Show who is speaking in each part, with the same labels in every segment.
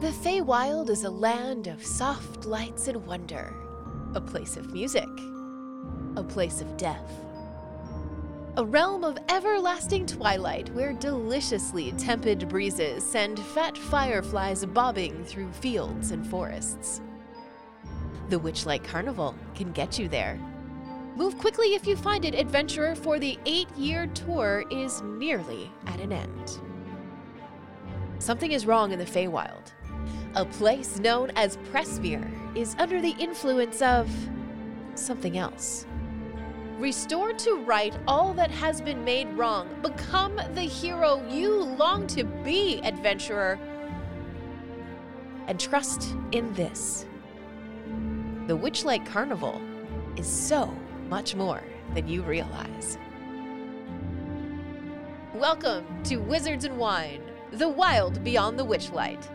Speaker 1: The Feywild is a land of soft lights and wonder, a place of music, a place of death, a realm of everlasting twilight where deliciously tepid breezes send fat fireflies bobbing through fields and forests. The Witchlight Carnival can get you there. Move quickly if you find it, adventurer, for the eight year tour is nearly at an end. Something is wrong in the Feywild. A place known as Pressmere is under the influence of something else. Restore to right all that has been made wrong. Become the hero you long to be, adventurer. And trust in this. The Witchlight Carnival is so much more than you realize. Welcome to Wizards and Wine, the wild beyond the witchlight,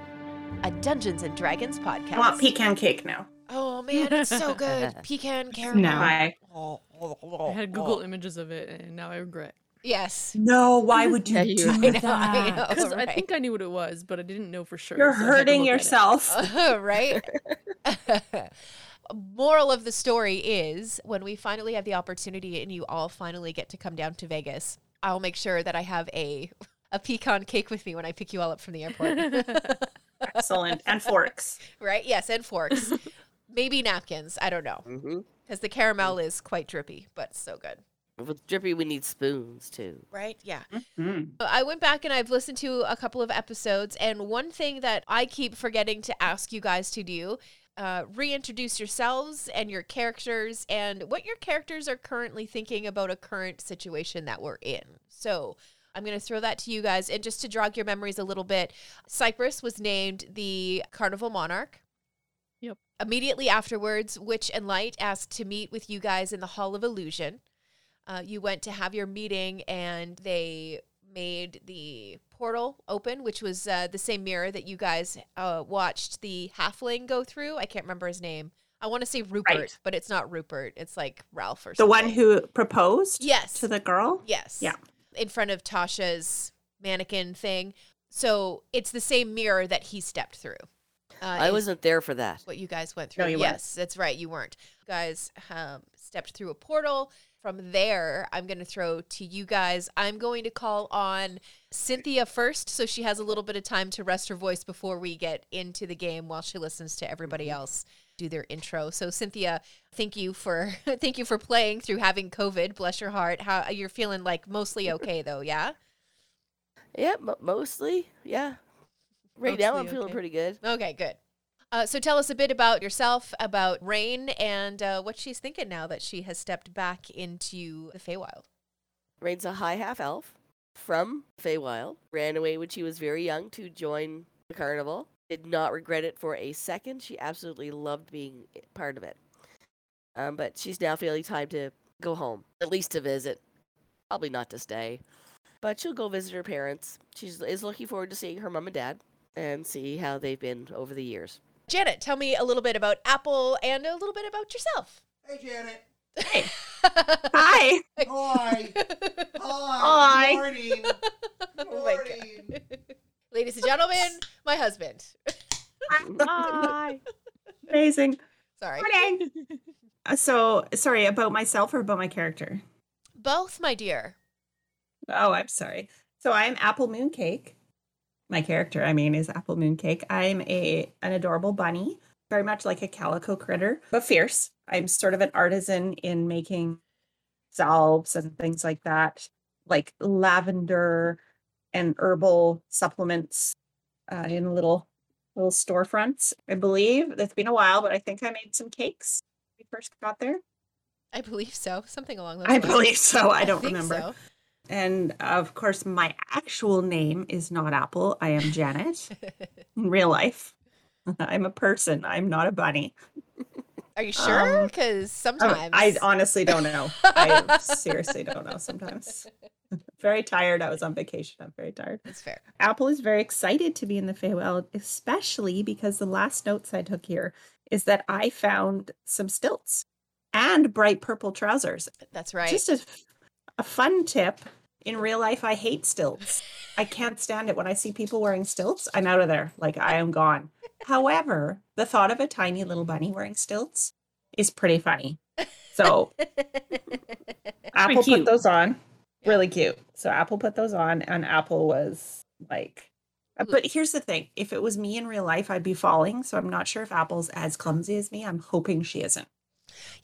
Speaker 1: a Dungeons and Dragons podcast.
Speaker 2: I want pecan cake now.
Speaker 1: Oh man, it's so good. Pecan caramel.
Speaker 2: No. Why? Oh,
Speaker 3: I had Google images of it, and now I regret
Speaker 1: Yes.
Speaker 2: No, why would you do
Speaker 1: I know, I
Speaker 2: that?
Speaker 1: know.
Speaker 3: because
Speaker 1: right?
Speaker 3: I think I knew what it was, but I didn't know for sure.
Speaker 2: Oh, You're
Speaker 3: so I had to
Speaker 2: hurting
Speaker 3: look at it.
Speaker 2: yourself.
Speaker 1: right? Moral of the story is when we finally have the opportunity and you all finally get to come down to Vegas, I'll make sure that I have a a pecan cake with me when I pick you all up from the airport.
Speaker 2: Excellent. And forks.
Speaker 1: right? Yes, and forks. Maybe napkins, I don't know.
Speaker 4: Mm-hmm.
Speaker 1: Cuz the caramel is quite drippy, but so good.
Speaker 4: With Drippy, we need spoons too.
Speaker 1: Right? Yeah.
Speaker 2: Mm.
Speaker 1: I went back and I've listened to a couple of episodes, and one thing that I keep forgetting to ask you guys to do. Uh, reintroduce yourselves and your characters and what your characters are currently thinking about a current situation that we're in. So I'm going to throw that to you guys. And just to jog your memories a little bit, Cyprus was named the Carnival Monarch.
Speaker 3: Yep.
Speaker 1: Immediately afterwards, Witch and Light asked to meet with you guys in the Hall of Illusion. Uh, you went to have your meeting and they made the portal open, which was uh, the same mirror that you guys uh, watched the halfling go through. I can't remember his name. I want to say Rupert,
Speaker 2: Right.
Speaker 1: but it's not Rupert. It's like Ralph or
Speaker 2: The
Speaker 1: something.
Speaker 2: one who proposed
Speaker 1: Yes.
Speaker 2: to the girl?
Speaker 1: Yes.
Speaker 2: Yeah.
Speaker 1: In front of Tasha's mannequin thing. So it's the same mirror that he stepped through. Uh,
Speaker 4: I
Speaker 1: is
Speaker 4: wasn't there for that.
Speaker 1: what you guys went through.
Speaker 2: No, you weren't.
Speaker 1: yes, that's right. You weren't. You guys um, stepped through a portal. From there, I'm going to throw to you guys. I'm going to call on Cynthia first, so she has a little bit of time to rest her voice before we get into the game, while she listens to everybody
Speaker 2: Mm-hmm.
Speaker 1: else do their intro. So, Cynthia, thank you for thank you for playing through having COVID. Bless your heart. How you're feeling? Like mostly okay though, yeah.
Speaker 4: Yeah, mo mostly. Yeah. Right now, I'm
Speaker 3: Mostly,
Speaker 4: feeling
Speaker 3: okay.
Speaker 4: pretty good.
Speaker 1: Okay, good. Uh, so tell us a bit about yourself, about Rain, and uh, what she's thinking now that she has stepped back into the Feywild.
Speaker 4: Rain's a high half elf from Feywild. Ran away when she was very young to join the carnival. Did not regret it for a second. She absolutely loved being i- part of it. Um, but she's now feeling time to go home, at least to visit. Probably not to stay, but she'll go visit her parents. She is looking forward to seeing her mom and dad and see how they've been over the years.
Speaker 1: Janet, tell me a little bit about Apple and a little bit about yourself. Oh
Speaker 5: Hey, Janet.
Speaker 2: Hi.
Speaker 5: Hi.
Speaker 2: Hi.
Speaker 5: Hi. Morning.
Speaker 1: Oh my God.
Speaker 5: Morning.
Speaker 1: Ladies and gentlemen, my husband.
Speaker 2: Hi. Amazing.
Speaker 1: Sorry.
Speaker 2: Morning. Uh, So, sorry, about myself or about my character?
Speaker 1: Both, my dear.
Speaker 2: Oh, I'm sorry. So I'm Apple Mooncake. My character, I mean, is Apple Mooncake. I'm a an adorable bunny, very much like a calico critter, but fierce. I'm sort of an artisan in making salves and things like that, like lavender and herbal supplements uh, in little little storefronts. I believe it's been a while, but I think I made some cakes when we first got there.
Speaker 1: I believe so. Something along those
Speaker 2: I
Speaker 1: lines.
Speaker 2: believe so. I don't
Speaker 1: think
Speaker 2: remember.
Speaker 1: so.
Speaker 2: And of course, my actual name is not Apple. I am Janet in real life. I'm a person. I'm not a bunny.
Speaker 1: Are you sure?
Speaker 2: Um,
Speaker 1: Because
Speaker 2: I-
Speaker 1: sometimes.
Speaker 2: I honestly don't know. I seriously don't know sometimes. very tired. I was on vacation. I'm very tired.
Speaker 1: It's fair.
Speaker 2: Apple is very excited to be in the Feywild, especially because the last notes I took here is that I found some stilts and bright purple trousers.
Speaker 1: That's right.
Speaker 2: Just a, a fun tip. In real life, I hate stilts. I can't stand it. When I see people wearing stilts, I'm out of there. Like I am gone. However, the thought of a tiny little bunny wearing stilts is pretty funny. So Apple put
Speaker 6: cute.
Speaker 2: those on. Really cute. So Apple put those on, and Apple was like, uh,
Speaker 1: Hmm.
Speaker 2: but here's the thing if it was me in real life, I'd be falling. So I'm not sure if Apple's as clumsy as me. I'm hoping she isn't.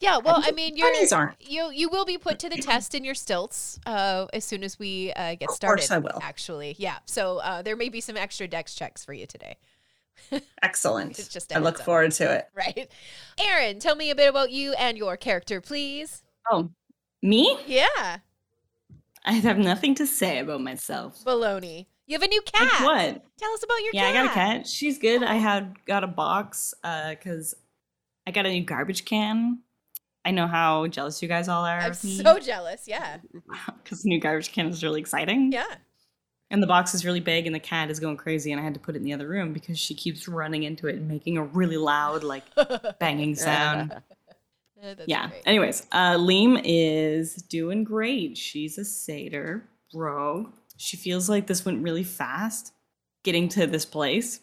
Speaker 1: Yeah, well,
Speaker 2: think
Speaker 1: I
Speaker 2: it's-
Speaker 1: mean, you're,
Speaker 2: bunnies aren't.
Speaker 1: you you will be put to the test in your stilts uh, as soon as we uh, get
Speaker 2: Of
Speaker 1: started.
Speaker 2: course I will.
Speaker 1: Actually, yeah. So uh, there may be some extra dex checks for you today,
Speaker 2: Excellent.
Speaker 1: It's just a
Speaker 2: I look
Speaker 1: heads up.
Speaker 2: forward to it.
Speaker 1: right? Aaron, tell me a bit about you and your character, please.
Speaker 6: Oh, me?
Speaker 1: Yeah,
Speaker 6: I have nothing to say about myself.
Speaker 1: baloney. You have a new
Speaker 6: Like
Speaker 1: cat.
Speaker 6: what?
Speaker 1: Tell us about your
Speaker 6: yeah,
Speaker 1: cat.
Speaker 6: I got a cat. She's good. I had got a box because I got a new garbage can. I know how jealous you guys all are.
Speaker 1: I'm
Speaker 6: of me.
Speaker 1: so jealous. Yeah,
Speaker 6: Mm-hmm. because the new garbage can is really exciting.
Speaker 1: yeah.
Speaker 6: And the box is really big, and the cat is going crazy, and I had to put it in the other room because she keeps running into it and making a really loud, like banging sound.
Speaker 1: Uh, that's
Speaker 6: yeah.
Speaker 1: great.
Speaker 6: Anyways, uh, Liam is doing great. She's a satyr, bro. She feels like this went really fast getting to this place.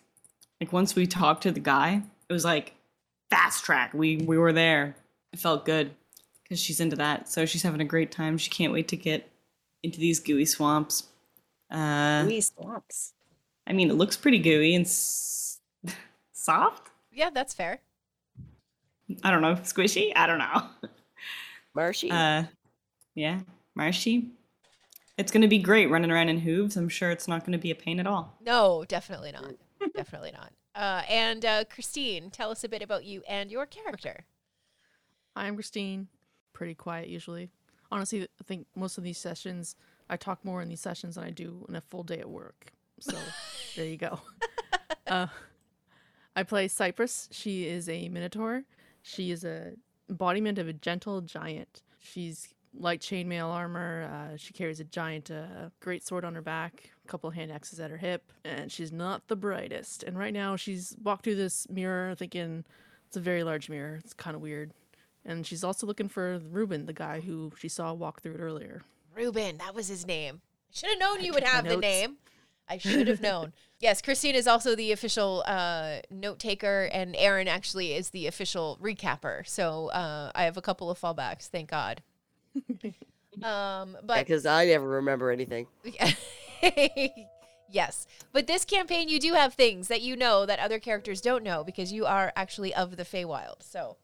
Speaker 6: Like once we talked to the guy, it was like fast track. We we were there. It felt good because she's into that. So she's having a great time. She can't wait to get into these gooey swamps. Uh,
Speaker 2: Wee swamps.
Speaker 6: I mean, it looks pretty gooey and s- soft.
Speaker 1: Yeah, that's fair.
Speaker 6: I don't know, squishy. I don't know.
Speaker 4: Marshy.
Speaker 6: Uh, yeah, marshy. It's gonna be great running around in hooves. I'm sure it's not gonna be a pain at all.
Speaker 1: No, definitely not. definitely not. Uh, and uh, Christine, tell us a bit about you and your character.
Speaker 3: Hi, I'm Christine. Pretty quiet usually. Honestly, I think most of these sessions, I talk more in these sessions than I do in a full day at work. So there you go. Uh, I play Cypress. She is a minotaur. She is a embodiment of a gentle giant. She's light chainmail armor. Uh, she carries a giant uh, great sword on her back, a couple hand axes at her hip, and she's not the brightest. And right now, she's walked through this mirror thinking it's a very large mirror. It's kind of weird. And she's also looking for Ruben, the guy who she saw walk through it earlier.
Speaker 1: Ruben, that was his name. I should have known you would
Speaker 3: took my
Speaker 1: have the
Speaker 3: notes.
Speaker 1: name. I should have known. Yes, Christine is also the official uh, note taker, and Aaron actually is the official recapper. So uh, I have a couple of fallbacks, thank God. um, but
Speaker 4: because I never remember anything.
Speaker 1: yes. But this campaign, you do have things that you know that other characters don't know because you are actually of the Feywild. So,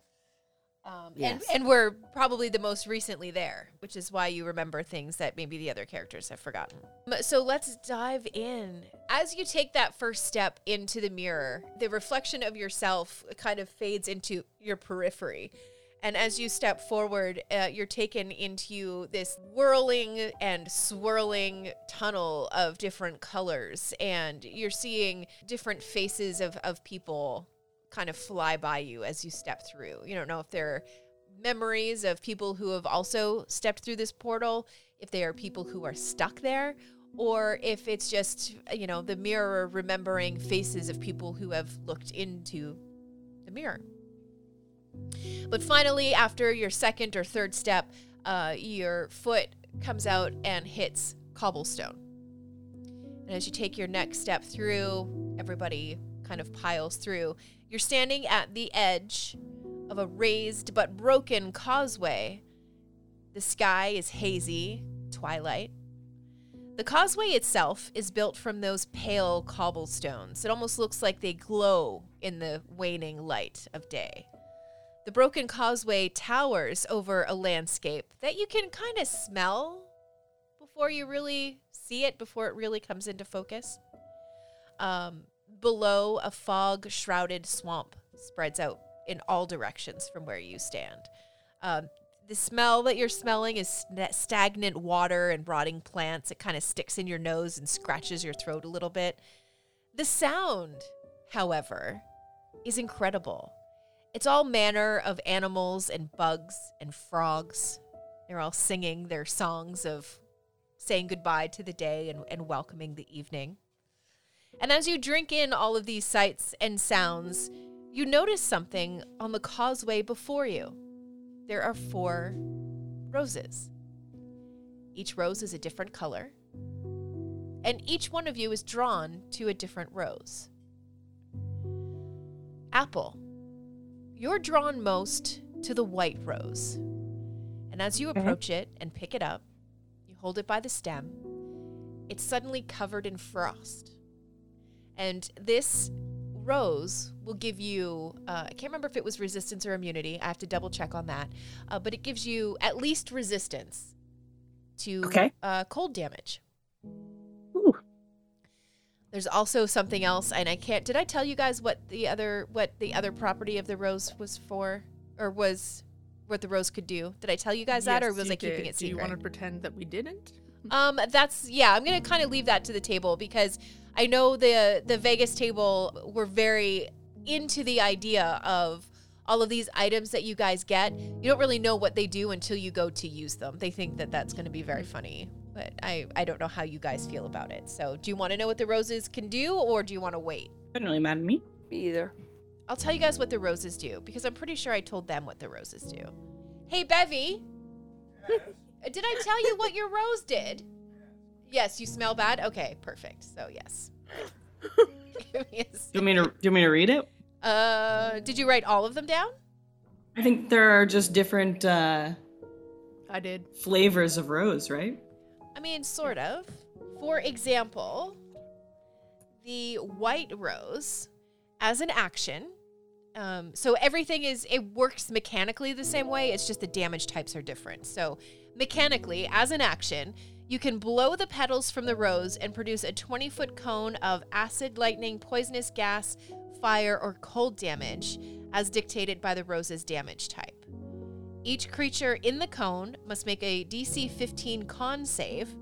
Speaker 1: um,
Speaker 4: Yes.
Speaker 1: and, and we're probably the most recently there, which is why you remember things that maybe the other characters have forgotten. M- So let's dive in. As you take that first step into the mirror, the reflection of yourself kind of fades into your periphery. And as you step forward, uh, you're taken into this whirling and swirling tunnel of different colors. And you're seeing different faces of, of people kind of fly by you as you step through. You don't know if they're memories of people who have also stepped through this portal, if they are people who are stuck there, or if it's just, you know, the mirror remembering faces of people who have looked into the mirror. But finally, after your second or third step, uh, your foot comes out and hits cobblestone. And as you take your next step through, everybody kind of piles through. You're standing at the edge of a raised but broken causeway. The sky is hazy, twilight. The causeway itself is built from those pale cobblestones. It almost looks like they glow in the waning light of day. The broken causeway towers over a landscape that you can kind of smell before you really see it, before it really comes into focus. Um, below, a fog shrouded swamp spreads out in all directions from where you stand. Um, the smell that you're smelling is sna- stagnant water and rotting plants. It kind of sticks in your nose and scratches your throat a little bit. The sound, however, is incredible. It's all manner of animals and bugs and frogs. They're all singing their songs of saying goodbye to the day and, and welcoming the evening. And as you drink in all of these sights and sounds, you notice something on the causeway before you. There are four roses. Each rose is a different color, and each one of you is drawn to a different rose. Apple, you're drawn most to the white rose. And as you approach it and pick it up, you hold it by the stem. It's suddenly covered in frost. And this rose will give you, uh, I can't remember if it was resistance or immunity. I have to double check on that. Uh, but it gives you at least resistance to
Speaker 2: Okay.
Speaker 1: uh, cold damage.
Speaker 2: Ooh.
Speaker 1: There's also something else, and I can't. Did I tell you guys what the other what the other property of the rose was for, or was what the rose could do? Did I tell you guys that, or
Speaker 3: Yes,
Speaker 1: was
Speaker 3: you
Speaker 1: I keeping
Speaker 3: did.
Speaker 1: it secret?
Speaker 3: Do you want to pretend that we didn't?
Speaker 1: Um, that's yeah. I'm gonna kind of leave that to the table because I know the the Vegas table were very into the idea of all of these items that you guys get. You don't really know what they do until you go to use them. They think that that's gonna be very funny, but I I don't know how you guys feel about it. So, do you want to know what the roses can do, or do you want to wait?
Speaker 6: Doesn't really matter to me.
Speaker 4: Me either.
Speaker 1: I'll tell you guys what the roses do because I'm pretty sure I told them what the roses do. Hey, Bevy. Did I tell you what your rose did? Yes, you smell bad? Okay, perfect. So, yes. Give me a
Speaker 6: Do
Speaker 1: sec.
Speaker 6: you want me to, do you want me to read it?
Speaker 1: uh, did you write all of them down?
Speaker 6: I think there are just different uh,
Speaker 3: I did.
Speaker 6: flavors of rose, right?
Speaker 1: I mean, sort of. For example, the white rose as an action. Um, so everything is, it works mechanically the same way. It's just the damage types are different. So, mechanically, as an action, you can blow the petals from the rose and produce a 20 foot cone of acid, lightning, poisonous gas, fire, or cold damage as dictated by the rose's damage type. Each creature in the cone must make a DC 15 con save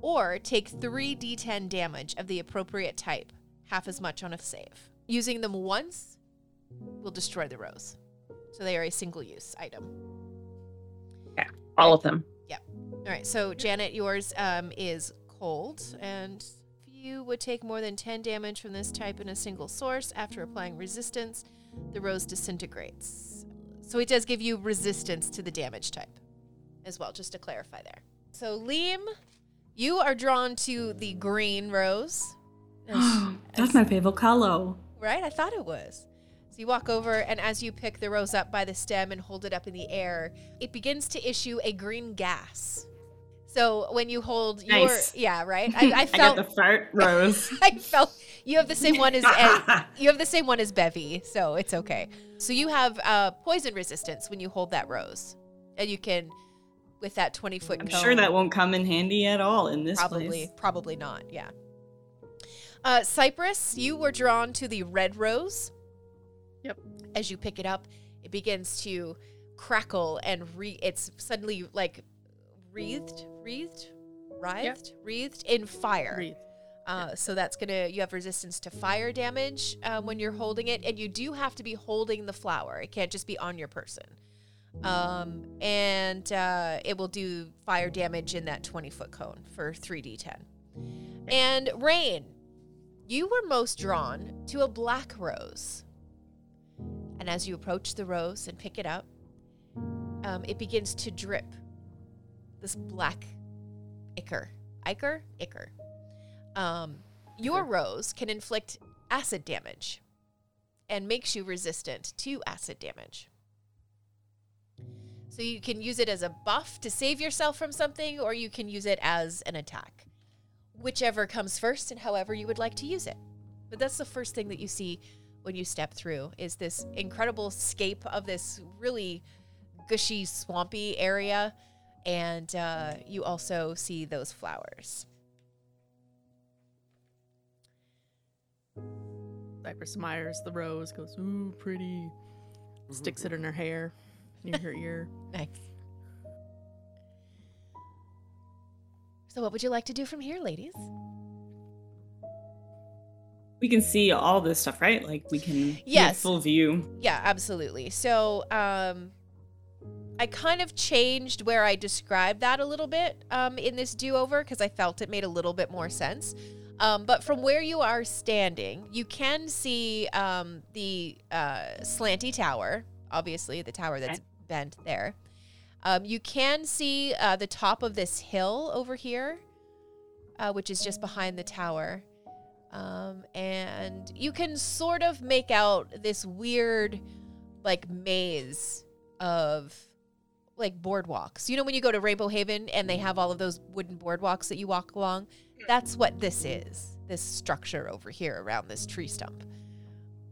Speaker 1: or take 3d10 damage of the appropriate type, half as much on a save. Using them once will destroy the rose. So they are a single use item.
Speaker 2: All of them.
Speaker 1: All right, so Janet, yours um, is cold, and if you would take more than 10 damage from this type in a single source after applying resistance, the rose disintegrates. So it does give you resistance to the damage type as well, just to clarify there. So, Liam, you are drawn to the green rose.
Speaker 6: That's my favorite color.
Speaker 1: Right? I thought it was. So you walk over, and as you pick the rose up by the stem and hold it up in the air, it begins to issue a green gas. So when you hold your
Speaker 6: Nice.
Speaker 1: yeah right, I, I
Speaker 6: I got
Speaker 1: felt
Speaker 6: the fart rose.
Speaker 1: I felt you have the same one as Ed- you have the same one as Bevy, so it's okay. So you have uh, poison resistance when you hold that rose, and you can with that twenty foot.
Speaker 6: I'm sure that won't come in handy at all in this
Speaker 1: probably
Speaker 6: place.
Speaker 1: probably not yeah uh, cypress you were drawn to the red rose
Speaker 3: Yep.
Speaker 1: as you pick it up it begins to crackle and re it's suddenly like wreathed wreathed writhed wreathed in fire
Speaker 3: Breathe.
Speaker 1: uh, so that's gonna you have resistance to fire damage uh, when you're holding it and you do have to be holding the flower it can't just be on your person um, and uh, it will do fire damage in that 20 foot cone for 3d10 and rain you were most drawn to a black rose and as you approach the rose and pick it up um, it begins to drip this black ichor ichor ichor um, your rose can inflict acid damage and makes you resistant to acid damage. So you can use it as a buff to save yourself from something, or you can use it as an attack. Whichever comes first and however you would like to use it. But that's the first thing that you see when you step through is this incredible scape of this really gushy, swampy area. And uh, you also see those flowers.
Speaker 3: Cypress Myers, the rose, goes, ooh, pretty. Sticks it in her hair, near her ear.
Speaker 1: Nice. So, what would you like to do from here, ladies?
Speaker 6: We can see all this stuff, right? Like we can get
Speaker 1: Yes.
Speaker 6: full view.
Speaker 1: Yeah, absolutely. So, um, I kind of changed where I described that a little bit um, in this do over because I felt it made a little bit more sense. Um, but from where you are standing, you can see um, the uh, slanty tower, obviously, the tower that's bent there. Um, you can see uh, the top of this hill over here, uh, which is just behind the tower. Um, and you can sort of make out this weird, like, maze of like boardwalks. You know, when you go to Rainbow Haven and they have all of those wooden boardwalks that you walk along? That's what this is this structure over here around this tree stump.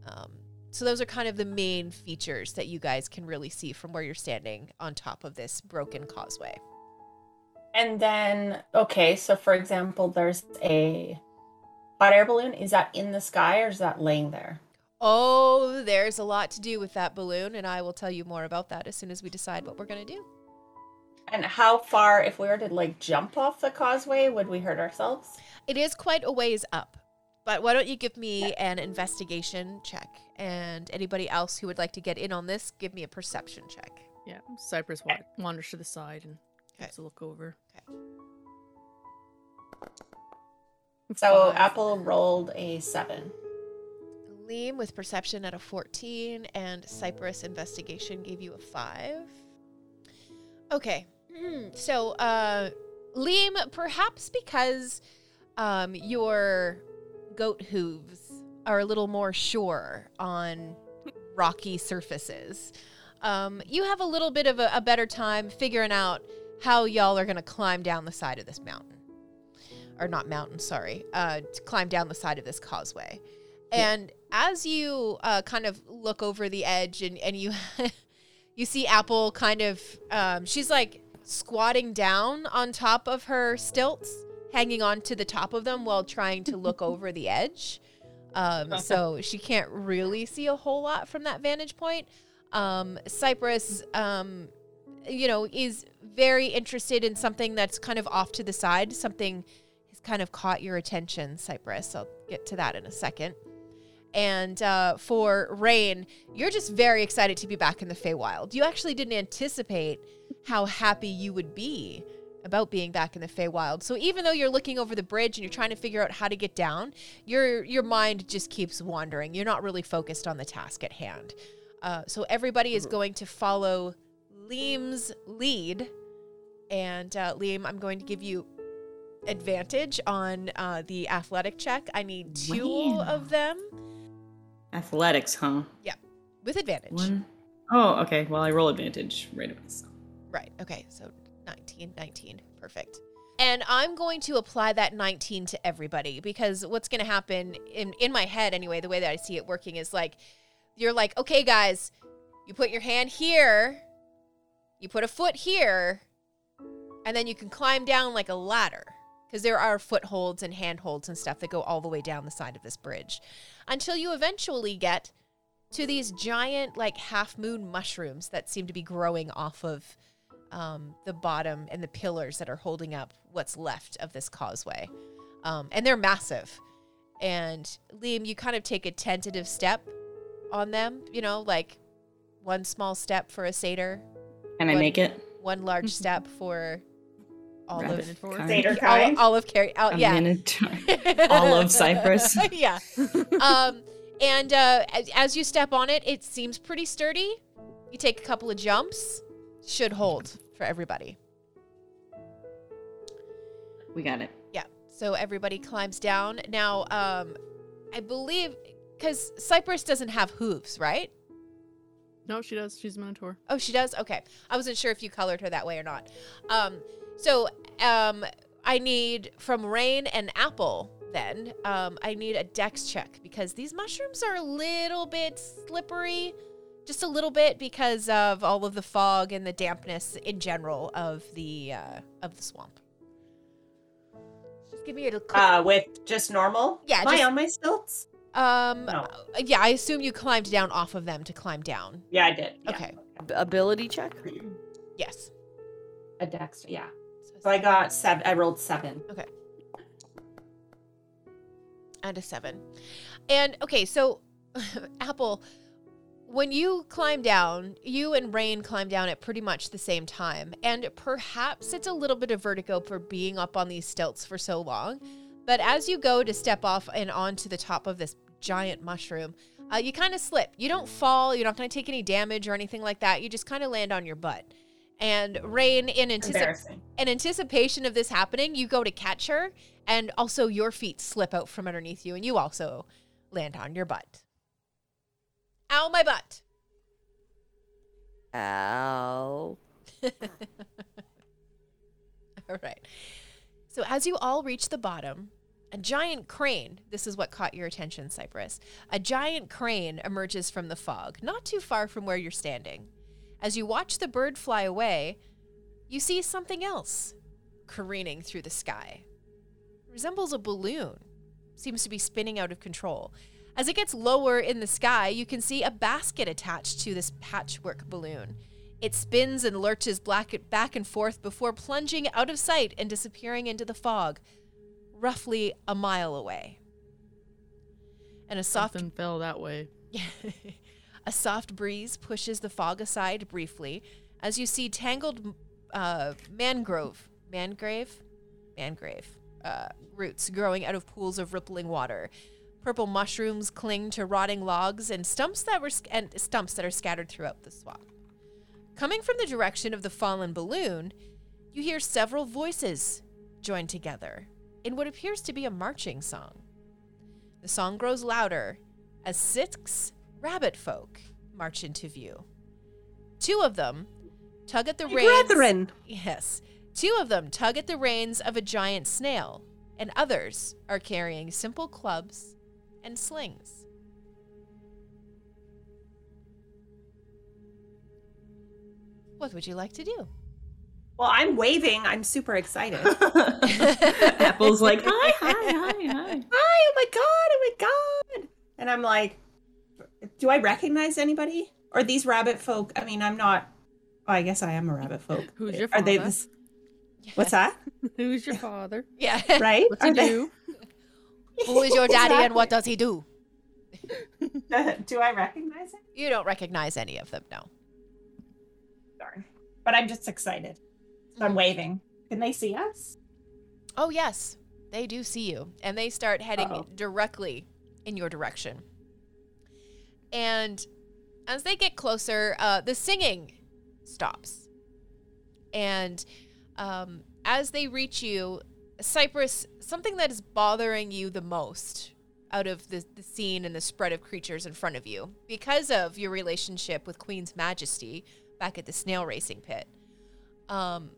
Speaker 1: Um, so, those are kind of the main features that you guys can really see from where you're standing on top of this broken causeway.
Speaker 2: And then, okay, so for example, there's a hot air balloon. Is that in the sky or is that laying there?
Speaker 1: Oh, there's a lot to do with that balloon, and I will tell you more about that as soon as we decide what we're going to do.
Speaker 2: And how far, if we were to like jump off the causeway, would we hurt ourselves?
Speaker 1: It is quite a ways up, but why don't you give me an investigation check? And anybody else who would like to get in on this, give me a perception check.
Speaker 3: Yeah, Cypress wa- wanders to the side and
Speaker 1: Okay.
Speaker 3: takes a look over.
Speaker 2: So
Speaker 3: Five.
Speaker 2: Apple rolled a seven.
Speaker 1: Liam with perception at a 14, and Cypress investigation gave you a 5. Okay. So, uh, Liam, perhaps because um, your goat hooves are a little more sure on rocky surfaces, um, you have a little bit of a, a better time figuring out how y'all are going to climb down the side of this mountain. Or not mountain, sorry. Uh, to climb down the side of this causeway. And as you uh, kind of look over the edge and, and you you see Apple kind of um, she's like squatting down on top of her stilts, hanging on to the top of them while trying to look over the edge. Um, so she can't really see a whole lot from that vantage point. Um, Cypress, um, you know, is very interested in something that's kind of off to the side, something has kind of caught your attention, Cypress. I'll get to that in a second. And uh, for Rain, you're just very excited to be back in the Feywild. You actually didn't anticipate how happy you would be about being back in the Feywild. So even though you're looking over the bridge and you're trying to figure out how to get down, your your mind just keeps wandering. You're not really focused on the task at hand. Uh, so everybody is going to follow Liam's lead, and uh, Liam, I'm going to give you advantage on uh, the athletic check. I need two
Speaker 6: Wow.
Speaker 1: of them
Speaker 6: Athletics, huh?
Speaker 1: with advantage.
Speaker 6: One. Oh, okay. Well, I roll advantage right away. So.
Speaker 1: Right. Okay. So 19, 19. Perfect. And I'm going to apply that 19 to everybody because what's going to happen in, in my head, anyway, the way that I see it working is like, you're like, okay, guys, you put your hand here, you put a foot here, and then you can climb down like a ladder because there are footholds and handholds and stuff that go all the way down the side of this bridge until you eventually get to these giant, like, half moon mushrooms that seem to be growing off of um, the bottom and the pillars that are holding up what's left of this causeway. Um, and they're massive. And Liam, you kind of take a tentative step on them, you know, like one small step for a satyr,
Speaker 6: Can I
Speaker 1: What?
Speaker 6: make it?
Speaker 1: one large step for all
Speaker 6: Rabbit
Speaker 1: of
Speaker 3: forward.
Speaker 6: kind.
Speaker 2: Satyr
Speaker 1: all,
Speaker 2: kind.
Speaker 1: all of carry out
Speaker 6: I'm
Speaker 1: Oh, yeah
Speaker 6: gonna try- All of Cyprus.
Speaker 1: yeah. Um, and uh, as, as you step on it, it seems pretty sturdy. You take a couple of jumps, should hold for everybody.
Speaker 6: we got it.
Speaker 1: Yeah. So everybody climbs down. Now, um, I believe because Cypress doesn't have hooves, right?
Speaker 3: No, she does. She's a Minotaur.
Speaker 1: Oh, she does. Okay, I wasn't sure if you colored her that way or not. Um, so um, I need from Rain and Apple. Then um, I need a dex check because these mushrooms are a little bit slippery, just a little bit because of all of the fog and the dampness in general of the uh, of the swamp. Just give me a quick
Speaker 2: Uh, with just normal?
Speaker 1: Yeah,
Speaker 2: Am I
Speaker 1: just-
Speaker 2: on my stilts?
Speaker 1: Um,
Speaker 2: No.
Speaker 1: yeah, I assume you climbed down off of them to climb down.
Speaker 2: Yeah, I did. yeah.
Speaker 1: Okay.
Speaker 4: Ab- Ability check.
Speaker 1: Yes.
Speaker 2: A dex, yeah. So I got seven. I rolled seven.
Speaker 1: and a seven. And okay, so Apple, when you climb down, you and Rain climb down at pretty much the same time. And perhaps it's a little bit of vertigo for being up on these stilts for so long. But as you go to step off and onto the top of this giant mushroom, uh, you kind of slip. You don't fall, you're not going to take any damage or anything like that. You just kind of land on your butt. And Rain, in, anticip-
Speaker 2: Embarrassing.
Speaker 1: in anticipation of this happening, you go to catch her, and also your feet slip out from underneath you, and you also land on your butt. Ow, my butt!
Speaker 4: Ow.
Speaker 1: All right. So as you all reach the bottom, a giant crane, this is what caught your attention, Cypress. A giant crane emerges from the fog, not too far from where you're standing. As you watch the bird fly away, you see something else careening through the sky. resembles a balloon. Seems to be spinning out of control. As it gets lower in the sky, you can see a basket attached to this patchwork balloon. It spins and lurches black back and forth before plunging out of sight and disappearing into the fog, roughly a mile away. And a soft
Speaker 3: Something fell that way.
Speaker 1: a soft breeze pushes the fog aside briefly as you see tangled uh, mangrove, mangrave, mangrave uh, roots growing out of pools of rippling water. Purple mushrooms cling to rotting logs and stumps that were sc- and stumps that are scattered throughout the swamp. Coming from the direction of the fallen balloon, you hear several voices joined together in what appears to be a marching song. The song grows louder as six rabbit folk march into view. Two of them tug at the
Speaker 2: My
Speaker 1: reins.
Speaker 2: brethren.
Speaker 1: Yes. Two of them tug at the reins of a giant snail, and others are carrying simple clubs and slings. What would you like to do?
Speaker 2: Well, I'm waving. I'm super excited. hi,
Speaker 6: Apple's like, hi, hi, hi, hi.
Speaker 2: oh my god, oh my god. And I'm like, do I recognize anybody? Or these rabbit folk? I mean, I'm not. Oh, I guess I am a rabbit folk.
Speaker 3: Who's your
Speaker 2: Are they
Speaker 3: father?
Speaker 2: this? What's that?
Speaker 3: Who's your father?
Speaker 1: Yeah.
Speaker 2: Right?
Speaker 3: What's he
Speaker 2: Are they-
Speaker 3: do?
Speaker 1: Who is your daddy and what does he do?
Speaker 2: do I recognize it?
Speaker 1: You don't recognize any of them, no.
Speaker 2: Darn. But I'm just excited. So I'm waving. Can they see us?
Speaker 1: Oh, yes. They do see you, and they start heading
Speaker 2: Uh-oh.
Speaker 1: directly in your direction. And as they get closer, uh, the singing stops. And um, as they reach you, Cypress, something that is bothering you the most out of the, the scene and the spread of creatures in front of you, because of your relationship with Queen's Majesty back at the snail racing pit, um,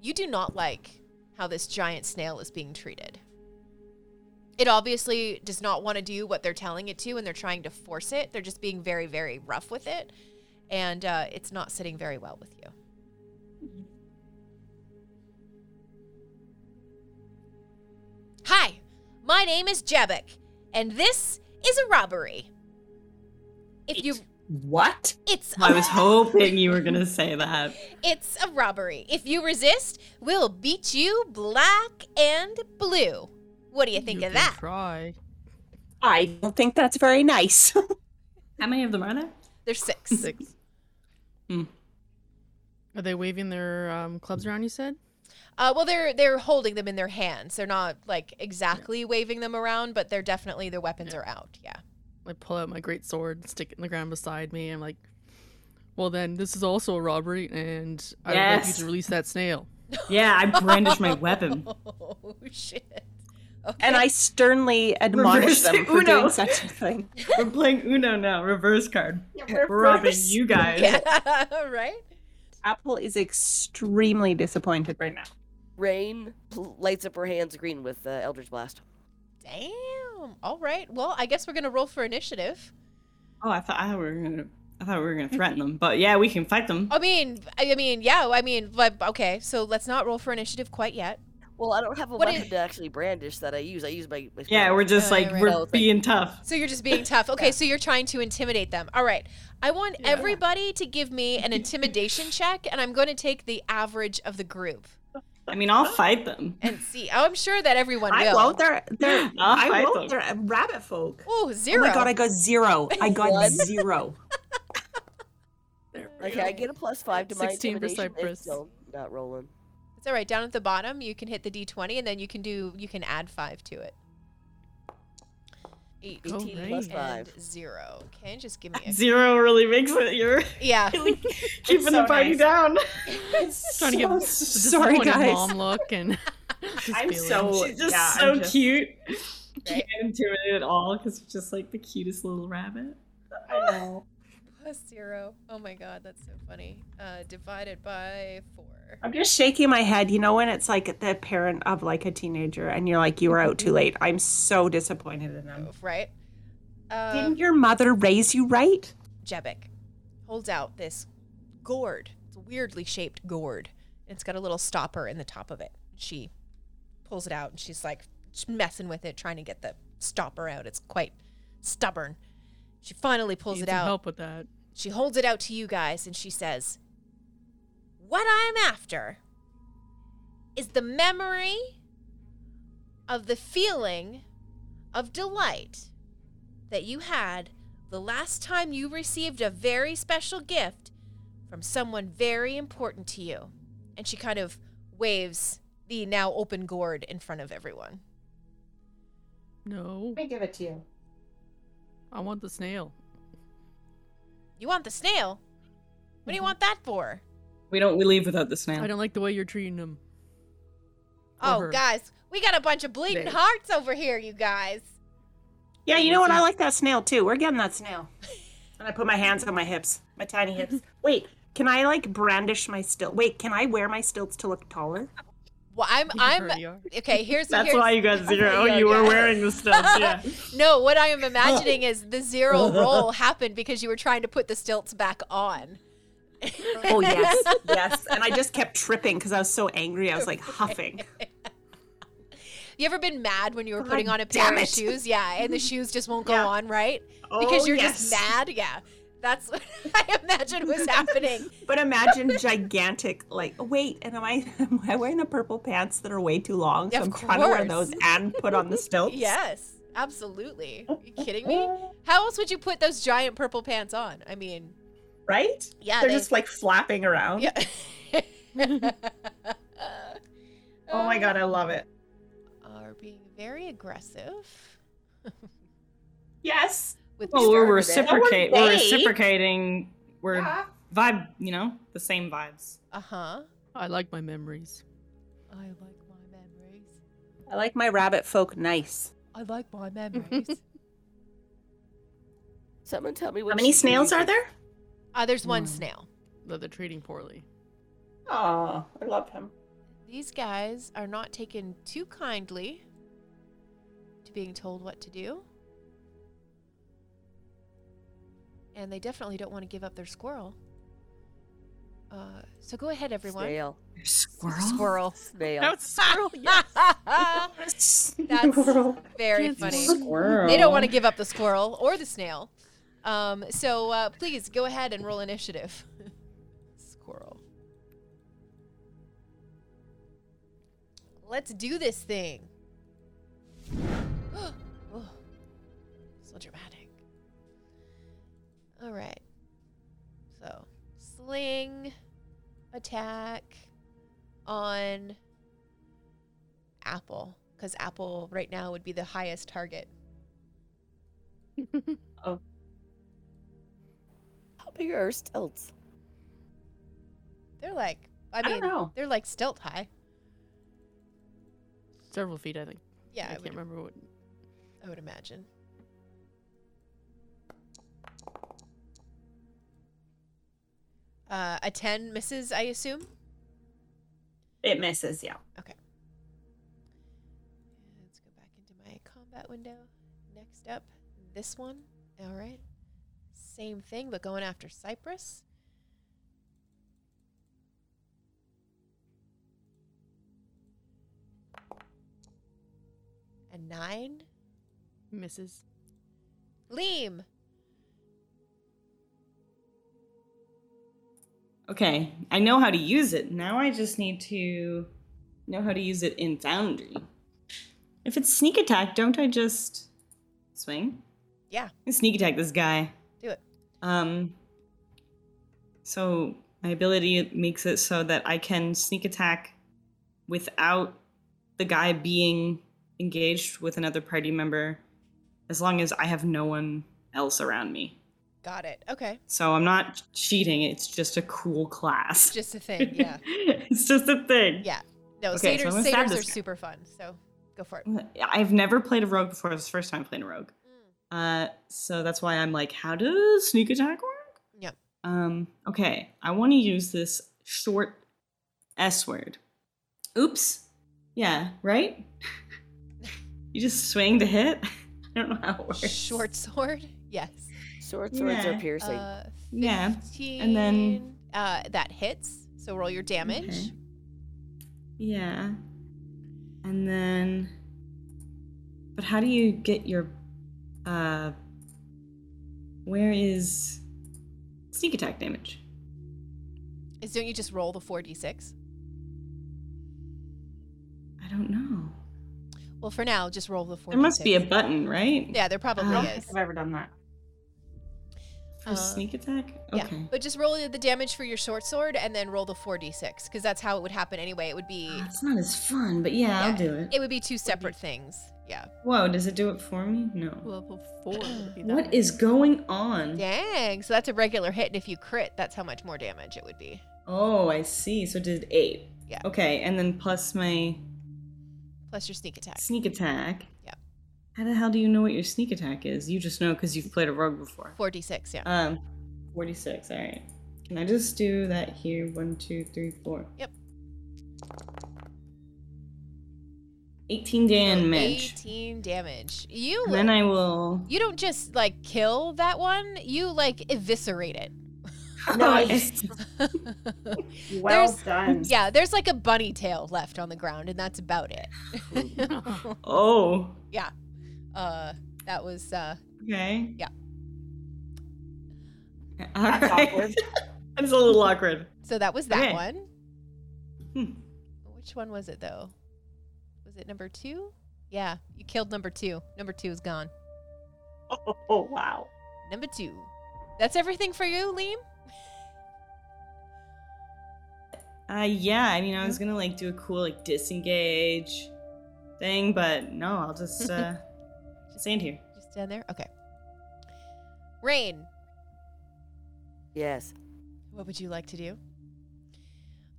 Speaker 1: you do not like how this giant snail is being treated. It obviously does not want to do what they're telling it to, and they're trying to force it. They're just being very, very rough with it, and uh, it's not sitting very well with you. Hi, my name is Jebek, and this is a robbery. If you,
Speaker 2: What?
Speaker 1: it's
Speaker 6: I was hoping you were going to say that.
Speaker 1: it's a robbery. If you resist, we'll beat you black and blue. What do you think
Speaker 3: You
Speaker 1: of
Speaker 3: can
Speaker 1: that?
Speaker 3: Try.
Speaker 2: I don't think that's very nice.
Speaker 6: How many of them are there?
Speaker 1: There's six.
Speaker 3: Six.
Speaker 6: Hmm.
Speaker 3: Are they waving their um, clubs around? You said.
Speaker 1: Uh, well, they're they're holding them in their hands. They're not like exactly waving them around, but they're definitely their weapons are out. Yeah.
Speaker 3: I pull out my great sword, and stick it in the ground beside me. I'm like, well, then this is also a robbery, and I would like you
Speaker 6: Yes.
Speaker 3: to release that snail.
Speaker 6: Yeah, I brandish my weapon.
Speaker 1: Oh shit. Okay.
Speaker 2: and I sternly admonish
Speaker 6: Reverse
Speaker 2: them for
Speaker 6: Uno.
Speaker 2: doing such a thing.
Speaker 6: We're playing Uno now, reverse card. We're robbing you guys.
Speaker 1: yeah, right.
Speaker 2: Apple is extremely disappointed right now.
Speaker 4: Rain pl- lights up her hands green with uh, Eldritch Blast.
Speaker 1: Damn. All right. Well, I guess we're gonna roll for initiative.
Speaker 6: Oh, I thought I thought we were gonna. I thought we were gonna threaten them, but yeah, we can fight them.
Speaker 1: I mean, I I mean, yeah. I mean, but okay. So let's not roll for initiative quite yet.
Speaker 4: Well, I don't have a
Speaker 1: What
Speaker 4: weapon
Speaker 1: is-
Speaker 4: to actually brandish that I use. I use my. my
Speaker 6: Yeah,
Speaker 4: spell.
Speaker 6: we're just
Speaker 1: Oh,
Speaker 6: like
Speaker 1: right.
Speaker 6: we're
Speaker 4: Oh, it's like-
Speaker 6: being tough.
Speaker 1: So you're just being tough. Okay, so you're trying to intimidate them. All right. I want everybody to give me an intimidation check, and I'm going to take the average of the group
Speaker 6: I mean, I'll fight them.
Speaker 1: and see. Oh, I'm sure that everyone
Speaker 2: I
Speaker 1: will.
Speaker 2: won't. They're they're.
Speaker 6: I'll
Speaker 2: I
Speaker 6: fight
Speaker 2: won't.
Speaker 6: them.
Speaker 2: They're rabbit folk.
Speaker 1: Oh,
Speaker 2: Oh
Speaker 1: zero.
Speaker 2: my god! I got zero. I got
Speaker 4: One.
Speaker 2: zero.
Speaker 4: Okay, I get a plus five to my
Speaker 3: 16 for
Speaker 4: intimidation.
Speaker 3: Cypress.
Speaker 4: It's still not rolling.
Speaker 1: It's all right. Down at the bottom, you can hit the D20, and then you can do you can add five to it. Eight-
Speaker 4: Cool.
Speaker 1: 18
Speaker 4: Nice.
Speaker 1: and
Speaker 4: Five.
Speaker 1: zero. Okay, just give me a.
Speaker 6: Zero really makes it. You're
Speaker 1: Yeah.
Speaker 6: really keeping
Speaker 2: so
Speaker 6: the party
Speaker 2: nice.
Speaker 6: down.
Speaker 2: It's
Speaker 3: Trying to get
Speaker 2: so
Speaker 3: the
Speaker 2: sorry,
Speaker 3: disappointed
Speaker 2: guys.
Speaker 3: mom look and just
Speaker 2: I'm
Speaker 3: feeling.
Speaker 2: so-
Speaker 6: She's just
Speaker 2: yeah,
Speaker 6: so
Speaker 2: I'm just-
Speaker 6: cute. Can't
Speaker 1: Right.
Speaker 6: intimidate at all because she's just like the cutest little rabbit.
Speaker 2: I know.
Speaker 1: Plus zero. Oh my god, that's so funny. Uh, divided by four.
Speaker 2: I'm just shaking my head. You know when it's like the parent of like a teenager, and you're like, you were out too late. I'm so disappointed in them.
Speaker 1: Right? Um,
Speaker 2: Didn't your mother raise you right?
Speaker 1: Jebek holds out this gourd. It's a weirdly shaped gourd. It's got a little stopper in the top of it. She pulls it out and she's like just messing with it, trying to get the stopper out. It's quite stubborn. She finally pulls
Speaker 3: Need
Speaker 1: it
Speaker 3: some
Speaker 1: out.
Speaker 3: Help with that.
Speaker 1: She holds it out to you guys and she says, What I'm after is the memory of the feeling of delight that you had the last time you received a very special gift from someone very important to you. And she kind of waves the now open gourd in front of everyone.
Speaker 3: No,
Speaker 2: me give it to you.
Speaker 3: I want the snail.
Speaker 1: You want the snail? What do you want that for?
Speaker 6: We don't. We leave without the snail.
Speaker 3: I don't like the way you're treating him. Or
Speaker 1: Oh,
Speaker 3: her.
Speaker 1: guys, we got a bunch of bleeding
Speaker 3: Maybe.
Speaker 1: hearts over here, you guys.
Speaker 2: Yeah, you know what? I like that snail too. We're getting that snail. And I put my hands on my hips, my tiny hips. Wait, can I like brandish my stilts? Wait, can I wear my stilts to look taller?
Speaker 1: Well, I'm,
Speaker 3: You
Speaker 1: I'm.
Speaker 3: already are.
Speaker 1: Okay, here's
Speaker 6: That's
Speaker 1: here's,
Speaker 6: why you got zero. Oh, You were
Speaker 1: yeah.
Speaker 6: wearing the stilts. Yeah.
Speaker 1: No, what I am imagining is the zero roll happened because you were trying to put the stilts back on.
Speaker 2: Oh yes, yes. And I just kept tripping because I was so angry. I was like huffing.
Speaker 1: You ever been mad when you were
Speaker 2: God
Speaker 1: putting on a
Speaker 2: damn
Speaker 1: pair of
Speaker 2: it.
Speaker 1: shoes? Yeah, and the shoes just won't go
Speaker 2: Yeah.
Speaker 1: on, right?
Speaker 2: Oh,
Speaker 1: Because you're just
Speaker 2: yes.
Speaker 1: mad. Yeah, that's what I imagine was happening.
Speaker 2: But imagine gigantic, like wait, and am I am I wearing a purple pants that are way too long? So
Speaker 1: Of
Speaker 2: I'm trying to wear
Speaker 1: course.
Speaker 2: those and put on the stilts.
Speaker 1: Yes, absolutely. you kidding me? How else would you put those giant purple pants on? I mean,
Speaker 2: Right?
Speaker 1: yeah,
Speaker 2: They're
Speaker 1: they-
Speaker 2: just like flapping around.
Speaker 1: Yeah.
Speaker 2: Oh my god, I love it.
Speaker 1: Um, Are being very aggressive
Speaker 2: Yes.
Speaker 1: with
Speaker 6: Well, Oh, we're
Speaker 2: started it.
Speaker 6: reciprocate.
Speaker 2: That
Speaker 6: We're
Speaker 2: was gay.
Speaker 6: reciprocating. We're
Speaker 2: Yeah.
Speaker 6: vibe. You know, the same vibes.
Speaker 1: Uh huh.
Speaker 3: I like my memories.
Speaker 1: I like my memories.
Speaker 2: I like my rabbit folk nice.
Speaker 1: I like my memories.
Speaker 4: Someone tell me what
Speaker 2: How many
Speaker 4: she's
Speaker 2: snails
Speaker 4: doing
Speaker 2: are
Speaker 4: for-
Speaker 2: there?
Speaker 1: uh, there's one
Speaker 6: Hmm.
Speaker 1: snail.
Speaker 3: That they're treating poorly.
Speaker 2: Oh, I love him.
Speaker 1: These guys are not taken too kindly to being told what to do. And they definitely don't want to give up their squirrel. Uh, so go ahead, everyone.
Speaker 4: Snail.
Speaker 6: Squirrel.
Speaker 1: Squirrel.
Speaker 4: Snail.
Speaker 3: That was squirrel.
Speaker 1: That's very
Speaker 3: Can't do
Speaker 1: funny.
Speaker 6: Squirrel.
Speaker 1: They don't want to give up the squirrel or the snail. Um, so uh, please go ahead and roll initiative. squirrel. Let's do this thing. oh, so dramatic. All right. So sling attack on apple because apple right now would be the highest target.
Speaker 4: How big are her stilts?
Speaker 1: They're like, I
Speaker 2: I
Speaker 1: mean,
Speaker 2: don't know.
Speaker 1: they're like stilt high.
Speaker 3: Several feet, I think.
Speaker 1: Yeah,
Speaker 3: I
Speaker 1: I
Speaker 3: can't
Speaker 1: would,
Speaker 3: remember what.
Speaker 1: I would imagine. Uh, a 10 misses, I assume.
Speaker 2: It misses, yeah.
Speaker 1: Let's go back into my combat window. Next up, this one. All right. Same thing, but going after Cypress. A nine.
Speaker 3: Mrs.
Speaker 1: Leem.
Speaker 6: Okay, I know how to use it. Now I just need to know how to use it in Foundry. If it's sneak attack, don't I just swing?
Speaker 1: Yeah.
Speaker 6: I sneak attack this guy.
Speaker 1: Do it.
Speaker 6: Um. So my ability makes it so that I can sneak attack without the guy being engaged with another party member as long as I have no one else around me.
Speaker 1: Got it. Okay.
Speaker 6: So I'm not cheating. It's just a cool class.
Speaker 1: It's just a thing. Yeah.
Speaker 6: it's just a thing.
Speaker 1: Yeah. No,
Speaker 6: Okay, so
Speaker 1: satyrs,
Speaker 6: I'm gonna stab
Speaker 1: satyrs
Speaker 6: this
Speaker 1: are
Speaker 6: guy.
Speaker 1: super fun. So go for it. Mm.
Speaker 6: I've never played a rogue before. It's the first time playing a rogue. Uh, so that's why I'm like, how does sneak attack work?
Speaker 1: Yep.
Speaker 6: Um, okay, I want to use this short S word. Oops. Yeah, right? you just swing to hit? I don't know how it works.
Speaker 1: Short sword. Yes.
Speaker 4: Sword swords are
Speaker 6: Yeah.
Speaker 4: piercing.
Speaker 1: Uh,
Speaker 6: Yeah,
Speaker 1: 15,
Speaker 6: and then-
Speaker 1: uh, that hits. So roll your damage.
Speaker 6: Okay. Yeah. And then. But how do you get your. Uh, where is sneak attack damage?
Speaker 1: Is don't you just roll the four d six?
Speaker 6: I don't know.
Speaker 1: Well, for now, just roll the four.
Speaker 6: There must be a button, right?
Speaker 1: Yeah, there probably
Speaker 6: Oh.
Speaker 2: I don't
Speaker 1: is.
Speaker 2: think I've ever done that.
Speaker 6: For
Speaker 1: Uh,
Speaker 6: sneak attack?
Speaker 1: Yeah,
Speaker 6: Okay.
Speaker 1: but just roll the damage for your short sword and then roll the 4d6 because that's how it would happen anyway. It would be
Speaker 6: Ah, It's not as fun, but yeah,
Speaker 1: Yeah,
Speaker 6: I'll do it.
Speaker 1: it would be two separate things. Yeah.
Speaker 6: Whoa, does it do it for me? No.
Speaker 3: Level four. would be that
Speaker 6: what
Speaker 3: one.
Speaker 6: is going on?
Speaker 1: Dang. So that's a regular hit and if you crit, that's how much more damage it would be.
Speaker 6: Oh, I see. So it did eight.
Speaker 1: Yeah.
Speaker 6: Okay, and then plus my
Speaker 1: Plus your sneak attack.
Speaker 6: sneak attack.
Speaker 1: Yep.
Speaker 6: How the hell do you know what your sneak attack is? You just know because you've played a rogue before.
Speaker 1: 4d6, yeah.
Speaker 6: Um, 46. All right. Can I just do that here? One, two, three, four.
Speaker 1: Yep.
Speaker 6: 18 damage.
Speaker 1: 18 damage. You
Speaker 6: And then I will.
Speaker 1: you don't just like kill that one, you like eviscerate it.
Speaker 6: Nice.
Speaker 2: Well
Speaker 1: There's-
Speaker 2: done.
Speaker 1: yeah, there's like a bunny tail left on the ground and that's about
Speaker 3: Uh,
Speaker 1: it.
Speaker 6: oh.
Speaker 1: yeah. Uh that was uh
Speaker 6: Okay.
Speaker 1: Yeah.
Speaker 6: All right.
Speaker 2: awkward.
Speaker 6: That's a little awkward.
Speaker 1: So that was that
Speaker 6: Okay.
Speaker 1: one.
Speaker 6: Hmm.
Speaker 1: Which one was it though? Was it number two? Yeah, you killed number two. Number two is gone.
Speaker 2: Oh, oh, wow.
Speaker 1: Number two. That's everything for you, Liam?
Speaker 6: Uh, yeah. I mean, I was gonna like do a cool like disengage thing, but no, I'll just uh, stand here.
Speaker 1: Just down there? Okay. Rain,
Speaker 4: yes.
Speaker 1: what would you like to do?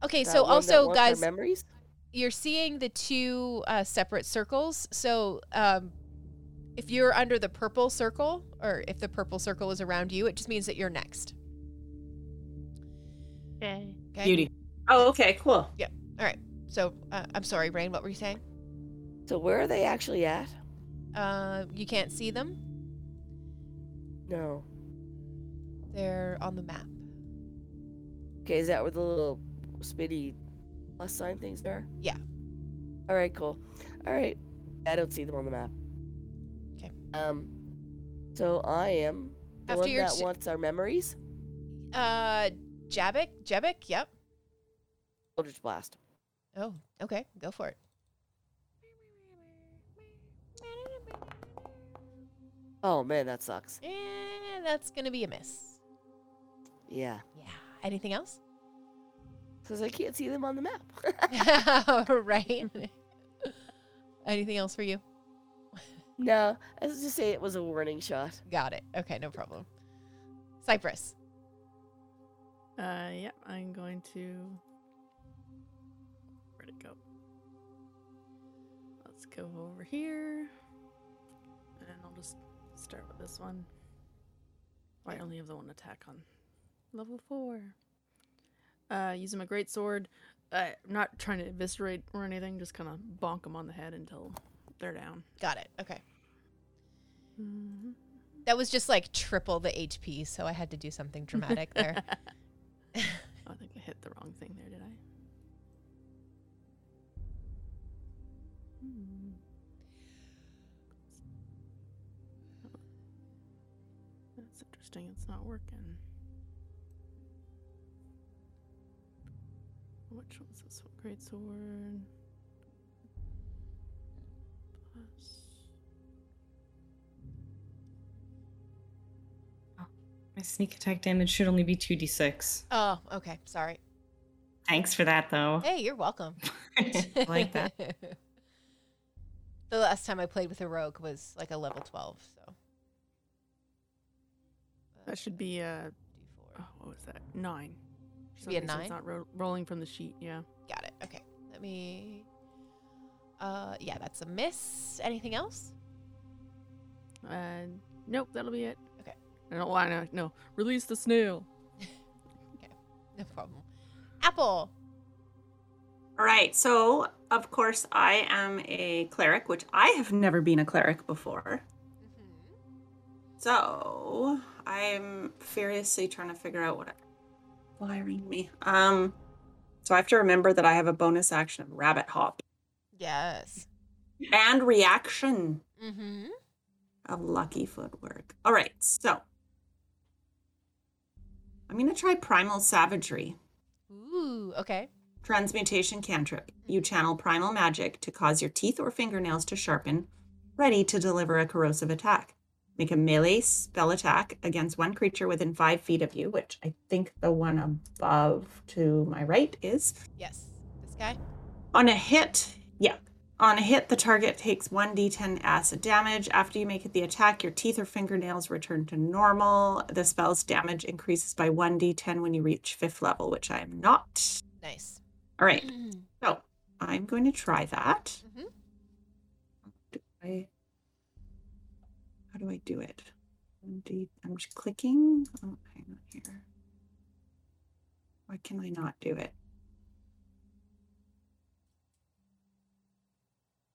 Speaker 1: Okay,
Speaker 4: That
Speaker 1: so
Speaker 4: one that
Speaker 1: also,
Speaker 4: wants their
Speaker 1: guys,
Speaker 4: memories.
Speaker 1: you're seeing the two uh, separate circles. So um, if you're under the purple circle, or if the purple circle is around you, it just means that you're next.
Speaker 3: Okay.
Speaker 1: Okay.
Speaker 6: Beauty.
Speaker 2: Oh, okay, cool.
Speaker 1: So uh, I'm sorry, Rain, what were you saying?
Speaker 4: So where are they actually at?
Speaker 1: Uh, you can't see them.
Speaker 4: No.
Speaker 1: They're on the map.
Speaker 4: Okay, is that where the little spitty plus sign things are?
Speaker 1: Yeah.
Speaker 4: All right, cool. All right. I don't see them on the map.
Speaker 1: 'Kay.
Speaker 4: Um. So I am the
Speaker 1: After
Speaker 4: one
Speaker 1: your
Speaker 4: that
Speaker 1: s-
Speaker 4: wants our memories.
Speaker 1: Uh, Jabik, Jabik, yep.
Speaker 4: Eldritch blast.
Speaker 1: Oh, okay, go for it.
Speaker 4: Oh man, that sucks.
Speaker 1: Eh, that's gonna be a miss.
Speaker 4: Yeah.
Speaker 1: Yeah. Anything else?
Speaker 4: Because I can't see them on the map.
Speaker 1: right. Anything else for you?
Speaker 4: no, I was just say it was a warning shot.
Speaker 1: Got it. Okay, no problem. Cypress.
Speaker 3: Uh, yeah, I'm going to. Where'd it go? Let's go over here. And I'll just start with this one. Oh, I only have the one attack on level four. Uh, using my great sword. Uh, I'm not trying to eviscerate or anything, just kind of bonk them on the head until they're down. Mm-hmm.
Speaker 1: Got it. Okay. That was just like triple the HP, so I had to do something dramatic there.
Speaker 3: I think I hit the wrong thing there, did I? Hmm. That's interesting. It's not working. Which one's this one? Great sword. Plus.
Speaker 6: My sneak attack damage should only be 2d6.
Speaker 1: oh, okay. Sorry.
Speaker 6: Thanks for that, though.
Speaker 1: Hey, you're welcome.
Speaker 6: I like that.
Speaker 1: The The last time I played with a rogue was like a level 12, so. Uh,
Speaker 3: That should be a
Speaker 1: D4.
Speaker 3: oh, what was that? Nine.
Speaker 1: Should be a
Speaker 3: Something, so
Speaker 1: nine?
Speaker 3: It's not ro- rolling from the sheet. Yeah.
Speaker 1: Got it. Okay. Let me. Uh, yeah, that's a miss. Anything else?
Speaker 3: Uh, nope. That'll be it.
Speaker 1: Okay.
Speaker 3: I don't want to. No. Release the snail.
Speaker 1: No problem. Apple.
Speaker 2: All right. So, of course, I am a cleric, which I have never been a cleric before.
Speaker 3: Mm-hmm.
Speaker 2: So I'm furiously trying to figure out what. I- Why ring me? Um. So I have to remember that I have a bonus action of rabbit hop
Speaker 1: Yes.
Speaker 2: and reaction
Speaker 1: Mm-hmm.
Speaker 2: of lucky footwork. All right. So I'm gonna try primal savagery.
Speaker 1: Ooh. Okay.
Speaker 2: Transmutation cantrip. You channel primal magic to cause your teeth or fingernails to sharpen, ready to deliver a corrosive attack. Make a melee spell attack against one creature within five feet of you, which I think the one above to my right is.
Speaker 1: Yes. This guy.
Speaker 2: On a hit, yeah. On a hit, the target takes 1d10 acid damage. After you make the attack, your teeth or fingernails return to normal. The spell's damage increases by 1d10 when you reach fifth level, which I am not.
Speaker 1: Nice.
Speaker 2: All right.
Speaker 1: Mm-hmm.
Speaker 2: So I'm going to try that.
Speaker 1: Mhm.
Speaker 2: Do I, how do I do it? Indeed, I'm just clicking. Oh, hang on here. Why can I not do it?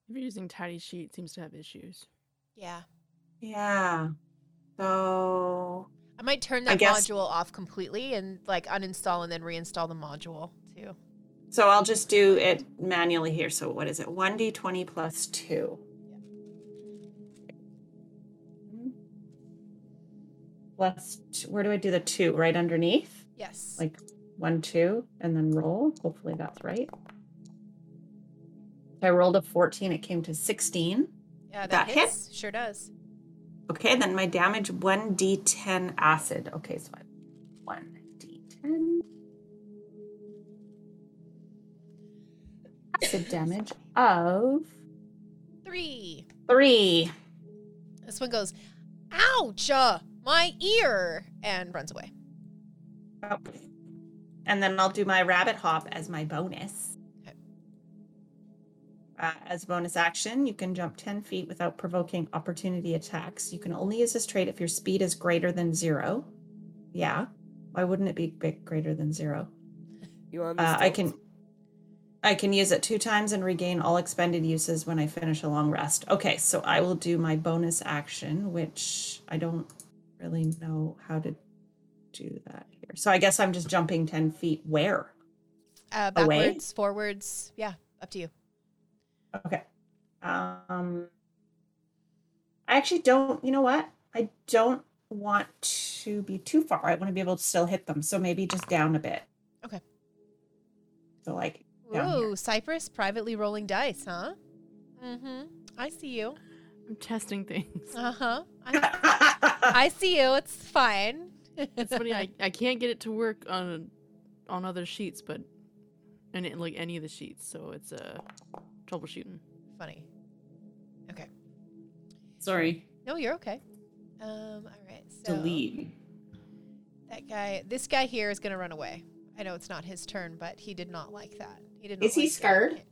Speaker 3: If you're using tidy sheet, it seems to have issues.
Speaker 1: yeah.
Speaker 2: Yeah. So
Speaker 1: I might turn
Speaker 2: I
Speaker 1: that
Speaker 2: guess-
Speaker 1: module off completely and like uninstall and then reinstall the module too.
Speaker 2: so I'll just do it manually here. So what is it? 1d20 plus 2. Mm. Plus, t- where do I do the 2? Right underneath?
Speaker 1: Yes.
Speaker 2: Like one, two, and then roll. Hopefully that's right. I rolled a 14, it came to 16.
Speaker 1: yeah, that,
Speaker 2: that hit?
Speaker 1: hits. Sure does.
Speaker 2: Okay, then my damage 1d10 acid. Okay, so I 1d10 acid damage of
Speaker 1: Three.
Speaker 2: 3.
Speaker 1: This one goes, ouch, uh, my ear, and runs away.
Speaker 2: Oh. And then I'll do my rabbit hop as my bonus.
Speaker 1: Okay.
Speaker 2: Uh, as a bonus action, you can jump 10 feet without provoking opportunity attacks. You can only use this trait if your speed is greater than zero. Yeah. Why wouldn't it be big, greater than zero?
Speaker 4: You on the
Speaker 2: Uh, I
Speaker 4: stilts?
Speaker 2: can. I can use it two times and regain all expended uses when I finish a long rest. Okay, so I will do my bonus action, which I don't really know how to do that here. So I guess I'm just jumping 10 feet where?
Speaker 1: Uh, backwards,
Speaker 2: Away?
Speaker 1: forwards, yeah, up to you.
Speaker 2: Okay. Um I actually don't, you know what? I don't want to be too far. I want to be able to still hit them. So maybe just down a bit.
Speaker 1: Okay.
Speaker 2: So like down here.
Speaker 1: Ooh, Cypress privately rolling dice, huh? Mm-hmm. I see you.
Speaker 3: I'm testing things.
Speaker 1: Uh-huh. I, I see you. It's fine.
Speaker 3: it's funny. I, I can't get it to work on on other sheets, but and it, like any of the sheets, so it's uh troubleshooting.
Speaker 1: Funny.
Speaker 6: Sorry.
Speaker 1: No, you're okay. Um, all right. So
Speaker 6: Delete.
Speaker 1: That guy, this guy here is going to run away. I know it's not his turn, but he did not like that. He did not
Speaker 2: Is he
Speaker 1: like that.
Speaker 2: scarred?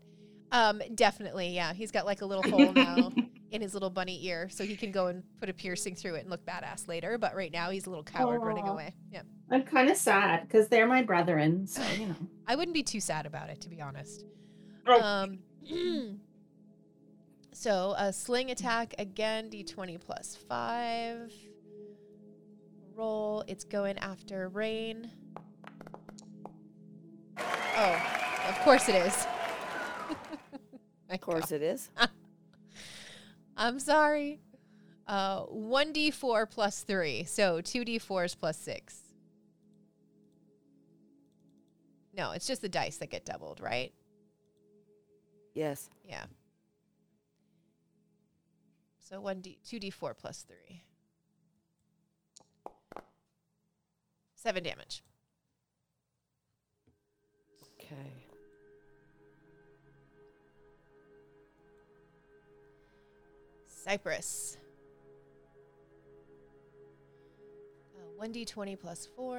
Speaker 1: Um, definitely, yeah. He's got like a little hole now in his little bunny ear, so he can go and put a piercing through it and look badass later. But right now, he's a little coward running
Speaker 2: Aw.
Speaker 1: away. Yeah,
Speaker 2: I'm kind of sad because they're my brethren, so you know.
Speaker 1: I wouldn't be too sad about it, to be honest.
Speaker 2: Oh.
Speaker 1: Um, so a sling attack again, d20 plus five. Roll. It's going after rain. Oh, of course it is.
Speaker 4: Of course it is.
Speaker 1: Uh, I'm sorry. Uh, 1d4 plus 3. So 2d4s plus 6. No, it's just the dice that get doubled, right?
Speaker 4: Yes.
Speaker 1: Yeah. So 1d 2d4 plus 3. 7 damage.
Speaker 4: Okay.
Speaker 1: Cypress. Uh, 1d20 plus 4,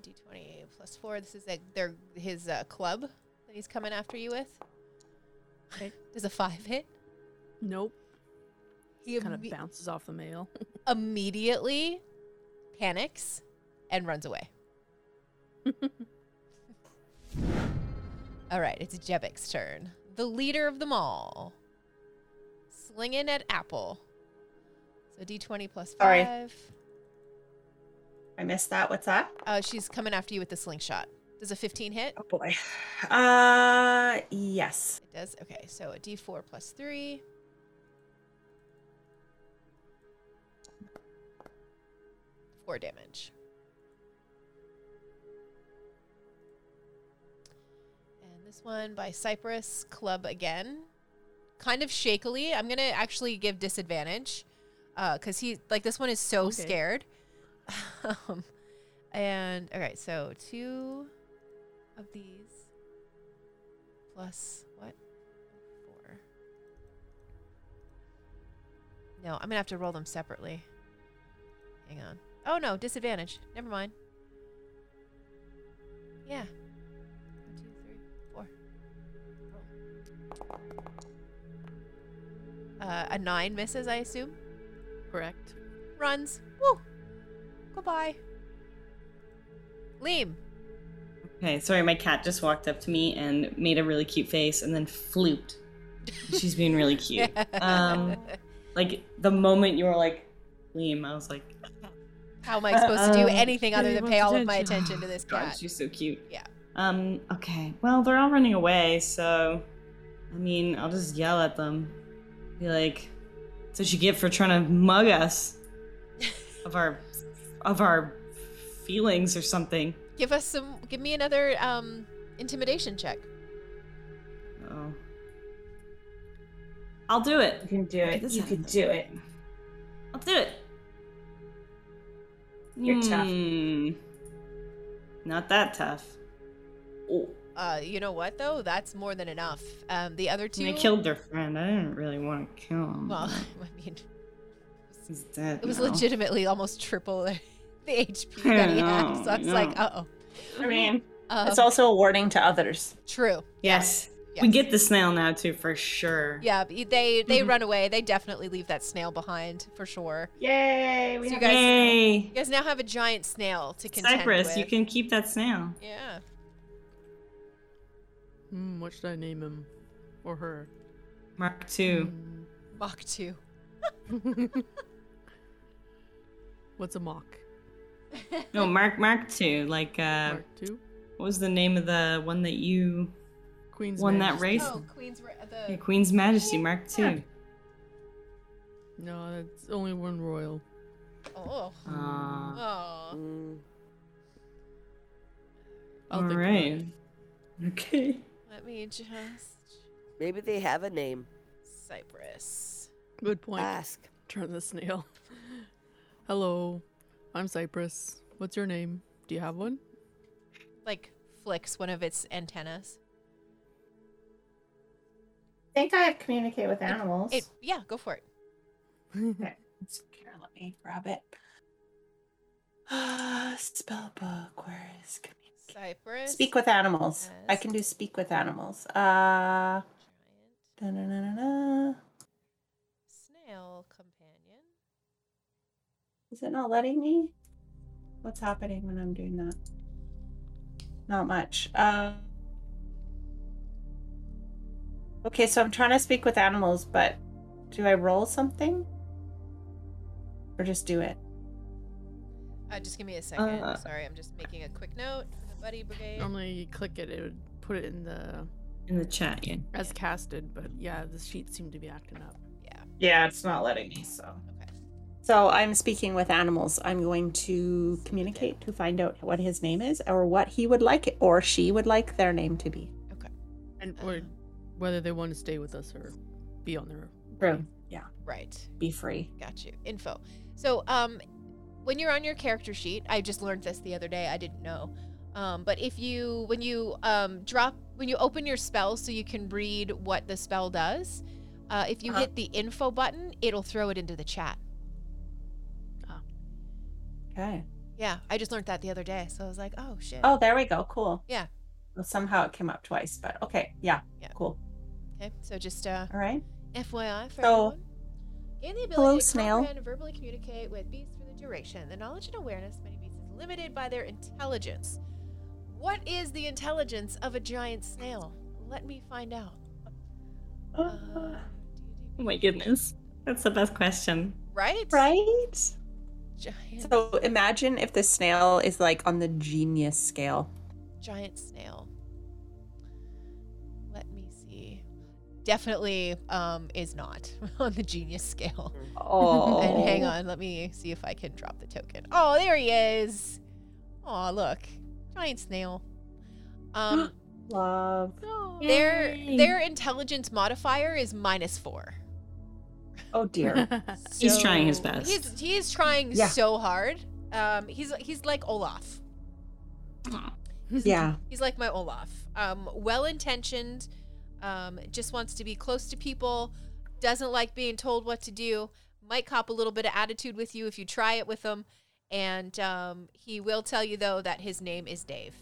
Speaker 1: d20 plus 4. This is like their his uh, club that he's coming after you with.
Speaker 3: Okay.
Speaker 1: Does a 5 hit?
Speaker 3: Nope.
Speaker 1: He
Speaker 3: Kind of
Speaker 1: imme-
Speaker 3: bounces off the mail.
Speaker 1: immediately panics and runs away. All right, it's Jebek's turn. The leader of them all. Slinging at Apple. So D20 plus
Speaker 2: Sorry.
Speaker 1: 5.
Speaker 2: I missed that. What's that?
Speaker 1: Uh, she's coming after you with the slingshot. Does a 15 hit?
Speaker 2: Oh boy. Uh yes.
Speaker 1: It does. Okay, so a D4 plus 3. Four damage. And this one by Cypress Club again. Kind of shakily. I'm going to actually give disadvantage because he, like, this one is so
Speaker 3: Okay.
Speaker 1: scared. um, and, all right, so two of these plus what? Four. No, I'm gonna have to roll them separately. Hang on. Oh no, disadvantage. Never mind. Yeah. One, two, three, four. Roll. Uh, a nine misses, I assume.
Speaker 3: Correct.
Speaker 1: Runs. Woo. Goodbye. Liam.
Speaker 6: Okay, sorry, my cat just walked up to me and made a really cute face and then flooped. She's being really cute. Um, like the moment you were like, Liam, I was like,
Speaker 1: How am I supposed to do
Speaker 6: Um,
Speaker 1: anything other than
Speaker 3: Kitty wants
Speaker 1: pay all of my
Speaker 3: attention.
Speaker 1: attention to this
Speaker 6: God,
Speaker 1: cat?
Speaker 6: she's so cute.
Speaker 1: Yeah.
Speaker 6: Um, okay. Well, they're all running away, so I mean, I'll just yell at them. Be like, that's what you get for trying to mug us of our of our feelings or something.
Speaker 1: Give us some. Give me another um, intimidation check.
Speaker 6: Oh. I'll do it.
Speaker 2: can do
Speaker 6: Look at this happening. I'll do it.
Speaker 2: You're tough.
Speaker 6: tough. Hmm. Not that tough. Oh.
Speaker 1: Uh, you know what though? That's more than enough. Um, the other two.
Speaker 6: I killed their friend. I didn't really want to kill him.
Speaker 1: Well,
Speaker 6: but
Speaker 1: I mean,
Speaker 6: he's dead.
Speaker 1: it was
Speaker 6: now.
Speaker 1: legitimately almost triple the HP that he had. So
Speaker 6: I
Speaker 1: I was like,
Speaker 6: know.
Speaker 1: uh oh.
Speaker 2: I mean,
Speaker 1: Um,
Speaker 2: it's also a warning to others.
Speaker 1: true.
Speaker 6: Yes.
Speaker 1: Yes.
Speaker 6: We get the snail now too, for sure.
Speaker 1: Yeah, but they they
Speaker 6: Mhm.
Speaker 1: run away. They definitely leave that snail behind for sure.
Speaker 2: Yay! We
Speaker 1: So you
Speaker 2: have
Speaker 1: guys-
Speaker 6: Yay!
Speaker 1: You guys now have a giant snail to contend
Speaker 6: Cypress,
Speaker 1: with.
Speaker 6: you can keep that snail.
Speaker 1: Yeah.
Speaker 3: Hmm, what should I name him or her?
Speaker 6: Mark two.
Speaker 1: Mach two.
Speaker 3: Hmm. What's a mock?
Speaker 6: No, Mark Mark two. Like uh
Speaker 3: Mark two.
Speaker 6: what was the name of the one that you
Speaker 3: Queen's
Speaker 6: won that
Speaker 3: Majesty.
Speaker 6: race?
Speaker 1: Oh, Queen's Ra- the
Speaker 6: Yeah, Queen's Majesty, Mark two.
Speaker 3: No, it's only one royal.
Speaker 1: oh
Speaker 6: Uh,
Speaker 1: oh.
Speaker 4: Mm.
Speaker 3: I'll
Speaker 6: all
Speaker 1: Oh,
Speaker 3: think about
Speaker 6: right. Okay.
Speaker 1: Let me just
Speaker 4: Maybe they have a name.
Speaker 1: Cypress.
Speaker 3: Good point.
Speaker 4: Ask.
Speaker 3: Turn the snail. Hello, I'm Cypress. What's your name? Do you have one?
Speaker 1: Like flicks one of its antennas.
Speaker 2: I think I have communicate with animals.
Speaker 1: It yeah, go for it.
Speaker 2: It's- Here, let me grab it. Ah, Spellbook. Where is communicate?
Speaker 1: Cypress.
Speaker 2: Speak with animals. I
Speaker 1: Yes.
Speaker 2: can do speak with animals. Uh,
Speaker 1: giant
Speaker 2: da-na-na-na-na.
Speaker 1: snail companion.
Speaker 2: is it not letting me? What's happening when I'm doing that? Not much. Uh, okay, so I'm trying to speak with animals, but do I roll something or just do it?
Speaker 1: Uh, just give me a second.
Speaker 6: Uh,
Speaker 1: Sorry, I'm just making a quick note for the Buddy Brigade.
Speaker 3: Normally, you click it, it would put it in the
Speaker 6: In the chat, yeah.
Speaker 3: as casted, but yeah, the sheet seemed to be acting up.
Speaker 1: Yeah.
Speaker 2: Yeah, it's not letting me. So.
Speaker 1: Okay.
Speaker 2: So I'm speaking with animals. I'm going to communicate to find out what his name is or what he would like it, or she would like their name to be.
Speaker 3: And or
Speaker 1: Um,
Speaker 3: whether they want to stay with us or be on their
Speaker 2: Broom. Yeah.
Speaker 1: right.
Speaker 2: Be free.
Speaker 1: Got you. Info. So, um, when you're on your character sheet, I just learned this the other day. I didn't know. Um, but if you, when you um, drop, when you open your spell, so you can read what the spell does, Uh, if you
Speaker 2: Uh-huh.
Speaker 1: hit the info button, it'll throw it into the chat.
Speaker 2: Okay.
Speaker 1: Yeah, I just learned that the other day, so I was like, oh shit.
Speaker 2: Oh, there we go. Cool.
Speaker 1: Yeah.
Speaker 2: Well, somehow it came up twice, but okay. Yeah.
Speaker 1: Yeah.
Speaker 2: Cool.
Speaker 1: Okay, so just uh,
Speaker 2: All right.
Speaker 1: FYI for
Speaker 2: So-
Speaker 1: everyone. Gain the ability
Speaker 2: Hello,
Speaker 1: to
Speaker 2: snail.
Speaker 1: comprehend and verbally communicate with beasts for the duration. The knowledge and awareness of many beasts is limited by their intelligence. What is the intelligence of a giant snail? Let me find out. Uh,
Speaker 6: Oh my goodness. That's the best question.
Speaker 1: right?
Speaker 2: right.
Speaker 1: Giant,
Speaker 2: So imagine if the snail is like on the genius scale.
Speaker 1: giant snail. Let me see. Definitely um, is not on the genius scale.
Speaker 2: Oh.
Speaker 1: And hang on, let me see if I can drop the token. Oh, there he is. Oh, look. Giant snail. Um
Speaker 2: Love.
Speaker 1: their
Speaker 6: Yay.
Speaker 1: their intelligence modifier is minus 4.
Speaker 2: Oh dear.
Speaker 6: He's trying his
Speaker 1: So-
Speaker 6: best.
Speaker 1: He's he is trying
Speaker 2: Yeah.
Speaker 1: so hard. Um he's he's like Olaf.
Speaker 2: yeah.
Speaker 1: He's like my Olaf. Um well-intentioned, um just wants to be close to people, doesn't like being told what to do, might cop a little bit of attitude with you if you try it with him. And um, he will tell you though that his name is Dave.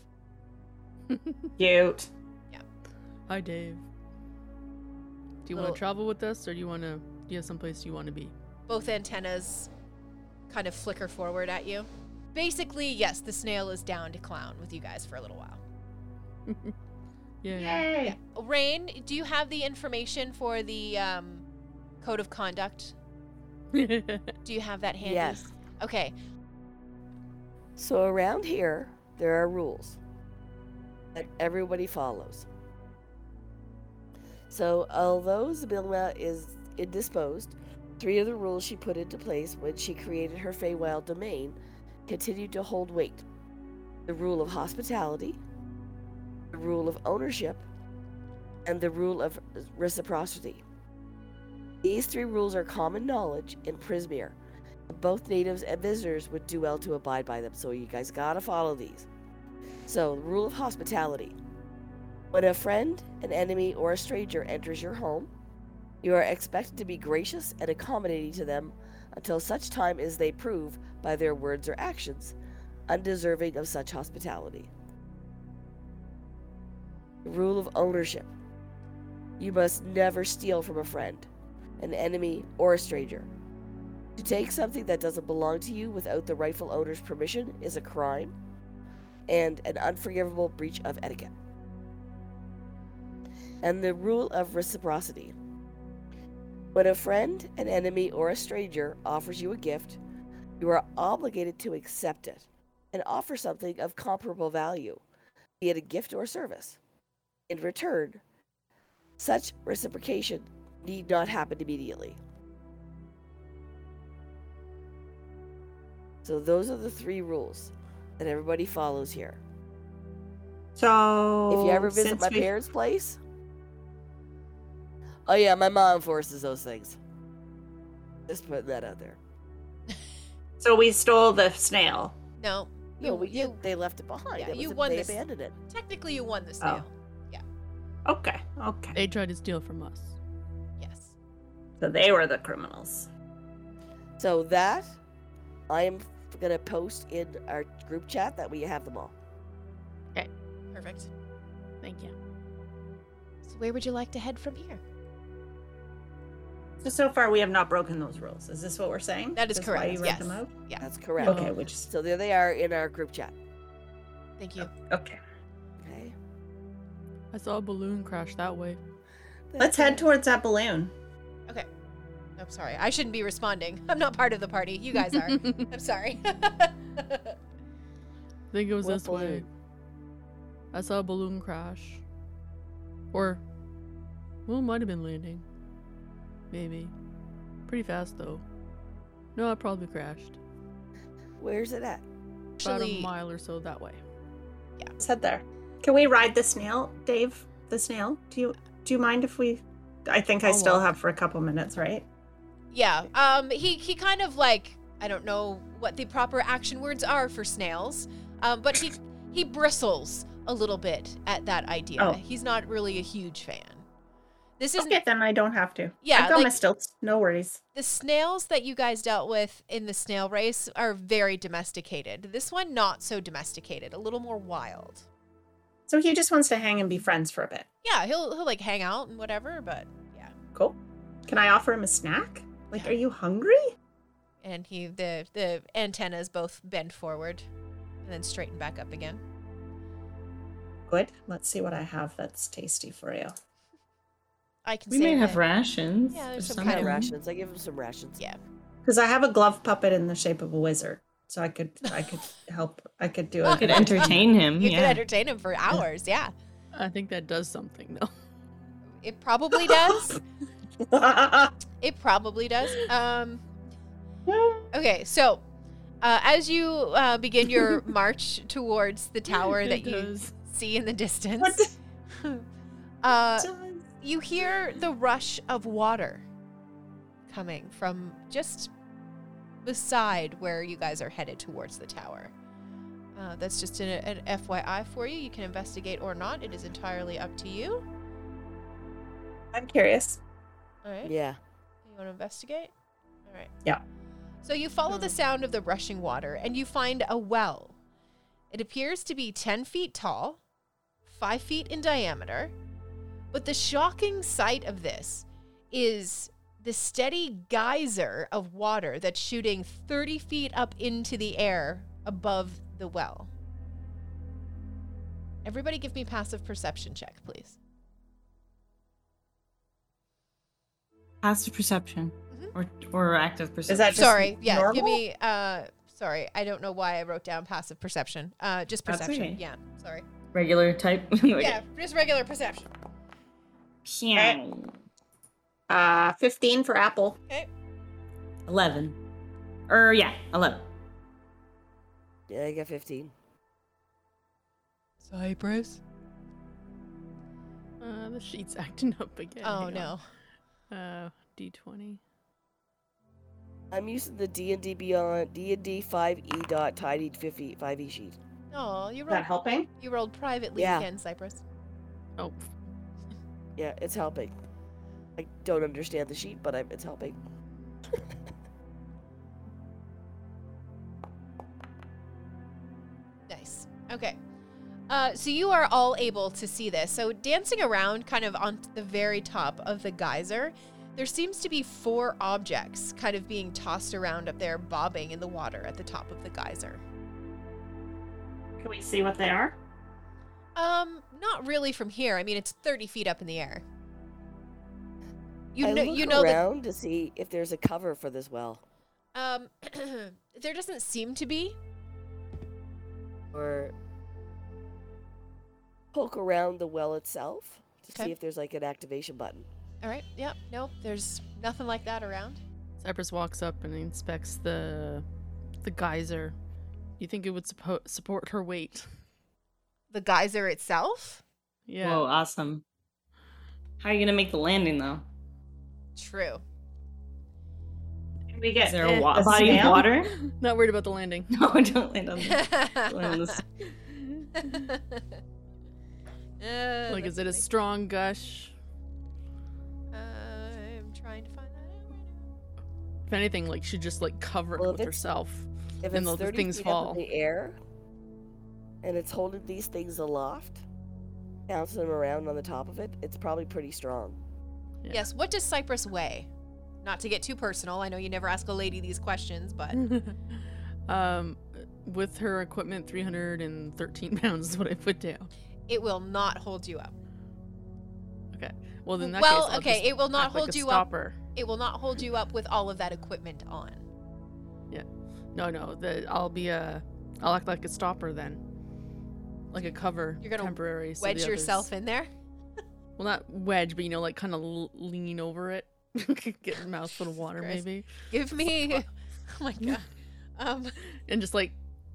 Speaker 2: Cute.
Speaker 3: Hi, Dave. Do you want
Speaker 1: Little-
Speaker 3: to travel with us, or do you want to? Do you have someplace you want to be?
Speaker 1: both antennas kind of flicker forward at you. Basically, yes, the snail is down to clown with you guys for a little while.
Speaker 3: Yeah.
Speaker 1: Yeah. Rain, do you have the information for the um, code of conduct? Do you have that handy?
Speaker 4: Yes.
Speaker 1: Okay.
Speaker 4: So around here, there are rules that everybody follows. So although Zabilma is indisposed, three of the rules she put into place when she created her Feywild domain continued to hold weight. The rule of hospitality, the rule of ownership, and the rule of reciprocity. These three rules are common knowledge in Prismere both natives and visitors would do well to abide by them. So you guys gotta follow these. So, the rule of hospitality. When a friend, an enemy, or a stranger enters your home, you are expected to be gracious and accommodating to them until such time as they prove, by their words or actions, undeserving of such hospitality. The rule of ownership. You must never steal from a friend, an enemy, or a stranger. To take something that doesn't belong to you without the rightful owner's permission is a crime and an unforgivable breach of etiquette. And the rule of reciprocity. When a friend, an enemy, or a stranger offers you a gift, you are obligated to accept it and offer something of comparable value, be it a gift or service. In return, such reciprocation need not happen immediately. So those are the three rules that everybody follows here.
Speaker 2: So
Speaker 4: if you ever visit
Speaker 2: Oh, since
Speaker 4: my
Speaker 2: we-
Speaker 4: parents' place, oh yeah, my mom forces those things. Just putting that out there.
Speaker 2: so we stole the snail.
Speaker 1: No.
Speaker 4: No,
Speaker 1: You-
Speaker 4: we, you,
Speaker 1: you-
Speaker 4: they left it behind.
Speaker 1: yeah,
Speaker 4: It was
Speaker 1: you
Speaker 4: ab-
Speaker 1: won
Speaker 4: they
Speaker 1: this-
Speaker 4: abandoned it.
Speaker 1: Technically, you
Speaker 2: Oh.
Speaker 1: won the snail.
Speaker 2: Okay. Okay.
Speaker 3: They tried to steal from us.
Speaker 1: Yes.
Speaker 2: So they were the criminals.
Speaker 4: So that I am f- gonna post in our group chat that we have them all.
Speaker 1: Perfect.
Speaker 3: Thank you.
Speaker 1: So, where would you like to head from here?
Speaker 2: So so far we have not broken those rules. Is this what we're saying?
Speaker 1: That is
Speaker 2: This why
Speaker 1: correct,
Speaker 2: you wrote
Speaker 1: yes.
Speaker 2: them out?
Speaker 1: Yeah.
Speaker 4: That's correct.
Speaker 2: Okay, which is
Speaker 4: So there they are in our group chat.
Speaker 1: Thank you.
Speaker 2: okay.
Speaker 4: Okay.
Speaker 3: I saw a balloon crash that way.
Speaker 2: Let's head towards that balloon.
Speaker 1: I'm sorry. I shouldn't be responding. I'm not part of the party. You guys are.
Speaker 3: I
Speaker 1: I'm sorry.
Speaker 3: think it was
Speaker 4: What
Speaker 3: this way. I saw a balloon crash. Or, well, it might have been landing. Maybe. Pretty fast though. No, I probably crashed.
Speaker 4: Where's it at?
Speaker 3: About a
Speaker 1: Actually,
Speaker 3: mile or so that way.
Speaker 2: Let's head there. Can we ride the snail, Dave? The snail? Do you do you mind if we I think I
Speaker 3: I'll
Speaker 2: still
Speaker 3: walk.
Speaker 2: have for a couple minutes, right?
Speaker 1: Yeah. Um. He he kind of like I don't know what the proper action words are for snails. Um. But he he bristles a little bit at that idea.
Speaker 2: Oh.
Speaker 1: He's not really a huge fan. This is
Speaker 2: Okay, then I don't have to.
Speaker 1: Yeah,
Speaker 2: I've got my
Speaker 1: like-
Speaker 2: stilts. No worries.
Speaker 1: the snails that you guys dealt with in the snail race are very domesticated. This one not so domesticated, a little more wild.
Speaker 2: So he just wants to hang and be friends for a bit.
Speaker 1: Yeah, he'll he'll like hang out and whatever, but yeah.
Speaker 2: Cool. Can I offer him a snack? Like, are you hungry?
Speaker 1: And he the the antennas both bend forward and then straighten back up again.
Speaker 2: Good. Let's see what I have that's tasty for you.
Speaker 1: I can
Speaker 6: We
Speaker 1: say
Speaker 6: may have
Speaker 1: that-
Speaker 6: rations.
Speaker 1: Yeah,
Speaker 6: or
Speaker 1: there's some
Speaker 4: Kind of
Speaker 1: Okay.
Speaker 6: something.
Speaker 4: rations. I give him some rations.
Speaker 1: Yeah.
Speaker 2: Because I have a glove puppet in the shape of a wizard, so I could I could help I could do
Speaker 1: You
Speaker 2: it.
Speaker 6: Could entertain him.
Speaker 1: You could
Speaker 6: yeah.
Speaker 1: entertain him for hours, yeah.
Speaker 3: I think that does something though.
Speaker 1: It probably does.
Speaker 2: yeah,
Speaker 1: It probably does. Um, okay, so uh, as you uh, begin your march towards the tower
Speaker 3: It
Speaker 1: that you
Speaker 3: does.
Speaker 1: see in the distance, uh, you hear the rush of water coming from just beside where you guys are headed towards the tower. Uh, that's just an, an FYI for you. You can investigate or not. It is entirely up to you.
Speaker 2: I'm curious.
Speaker 1: All right.
Speaker 4: Yeah.
Speaker 1: You want to investigate? All right.
Speaker 2: Yeah.
Speaker 1: So you follow the
Speaker 3: Um,
Speaker 1: sound of the rushing water and you find a well. It appears to be 10 feet tall, 5 feet in diameter. But the shocking sight of this is the steady geyser of water that's shooting 30 feet up into the air above the well. Everybody give me passive perception check, please.
Speaker 6: Passive perception or
Speaker 2: Mm-hmm.
Speaker 6: or active perception.
Speaker 2: Is that just
Speaker 1: sorry yeah give
Speaker 2: normal?
Speaker 1: me uh sorry i don't know why i wrote down passive perception uh just
Speaker 6: That's
Speaker 1: perception
Speaker 6: okay.
Speaker 1: yeah sorry
Speaker 6: regular type?
Speaker 1: yeah just regular perception
Speaker 6: Pew.
Speaker 2: Uh, fifteen for apple.
Speaker 6: Eleven. Or yeah, eleven.
Speaker 4: Yeah, I got 15.
Speaker 1: cypress
Speaker 3: Uh, the sheet's acting up again.
Speaker 1: oh
Speaker 3: hang
Speaker 1: no
Speaker 3: on. Uh, D twenty.
Speaker 4: I'm using the D and D Beyond D and D 5e dot tidy 50 5e E sheet.
Speaker 1: oh you
Speaker 2: Is
Speaker 1: rolled
Speaker 2: that helping?
Speaker 1: you rolled privately
Speaker 4: Yeah.
Speaker 1: again cypress
Speaker 3: Oh,
Speaker 4: Yeah, it's helping. I don't understand the sheet, but I'm, it's helping.
Speaker 1: nice okay uh, so you are all able to see this. So dancing around kind of on the very top of the geyser, there seems to be four objects kind of being tossed around up there bobbing in the water at the top of the geyser.
Speaker 2: Can we see what they are?
Speaker 1: Um, not really from here. I mean, it's 30 feet up in the air. You
Speaker 4: I
Speaker 1: know,
Speaker 4: look
Speaker 1: you know that
Speaker 4: around to see if there's a cover for this well,
Speaker 1: um, there doesn't seem to be.
Speaker 4: or poke around the well itself to
Speaker 1: Okay.
Speaker 4: see if there's like an activation button.
Speaker 1: All right. Yep. No, there's nothing like that around.
Speaker 3: Cypress walks up and inspects the the geyser. You think it would suppo- support her weight?
Speaker 1: The geyser itself.
Speaker 3: Yeah.
Speaker 6: Whoa, awesome. How are you gonna make the landing though?
Speaker 1: True.
Speaker 2: Can we
Speaker 6: Is
Speaker 2: get
Speaker 6: there
Speaker 2: eh,
Speaker 6: a, wa-
Speaker 2: a
Speaker 6: body of
Speaker 2: snail?
Speaker 6: water?
Speaker 3: Not worried about the landing.
Speaker 6: No, don't land on the
Speaker 1: like,
Speaker 6: on this.
Speaker 3: like, is it a strong gush? Uh,
Speaker 1: I'm trying to find that out right now.
Speaker 3: If anything, like she just like cover
Speaker 4: Well,
Speaker 3: it
Speaker 4: if
Speaker 3: with
Speaker 4: it's-
Speaker 3: herself.
Speaker 4: If
Speaker 3: And
Speaker 4: it's
Speaker 3: those
Speaker 4: 30
Speaker 3: things
Speaker 4: feet
Speaker 3: fall.
Speaker 4: up in the air, and it's holding these things aloft, bouncing them around on the top of it, it's probably pretty strong.
Speaker 3: Yeah.
Speaker 1: Yes. What does Cypress weigh? Not to get too personal. I know you never ask a lady these questions, but
Speaker 3: Hmm. um, with her equipment, 313 pounds is what I put down.
Speaker 1: it will not hold you up.
Speaker 3: Well, then that
Speaker 1: well,
Speaker 3: case, I'll
Speaker 1: okay,
Speaker 3: just
Speaker 1: it will not
Speaker 3: act like
Speaker 1: hold
Speaker 3: a
Speaker 1: you up.
Speaker 3: stopper.
Speaker 1: It will not hold you up with all of that equipment on.
Speaker 3: No, no, the, I'll be a, I'll act like a stopper then, like a cover.
Speaker 1: You're gonna
Speaker 3: temporary. so the
Speaker 1: Wedge yourself
Speaker 3: others-
Speaker 1: in there.
Speaker 3: Well, not wedge, but you know, like kind of l- lean over it, get a mouthful of water
Speaker 1: Christ.
Speaker 3: maybe,
Speaker 1: Give me. oh my
Speaker 3: Hmm.
Speaker 1: god. Um.
Speaker 3: and just like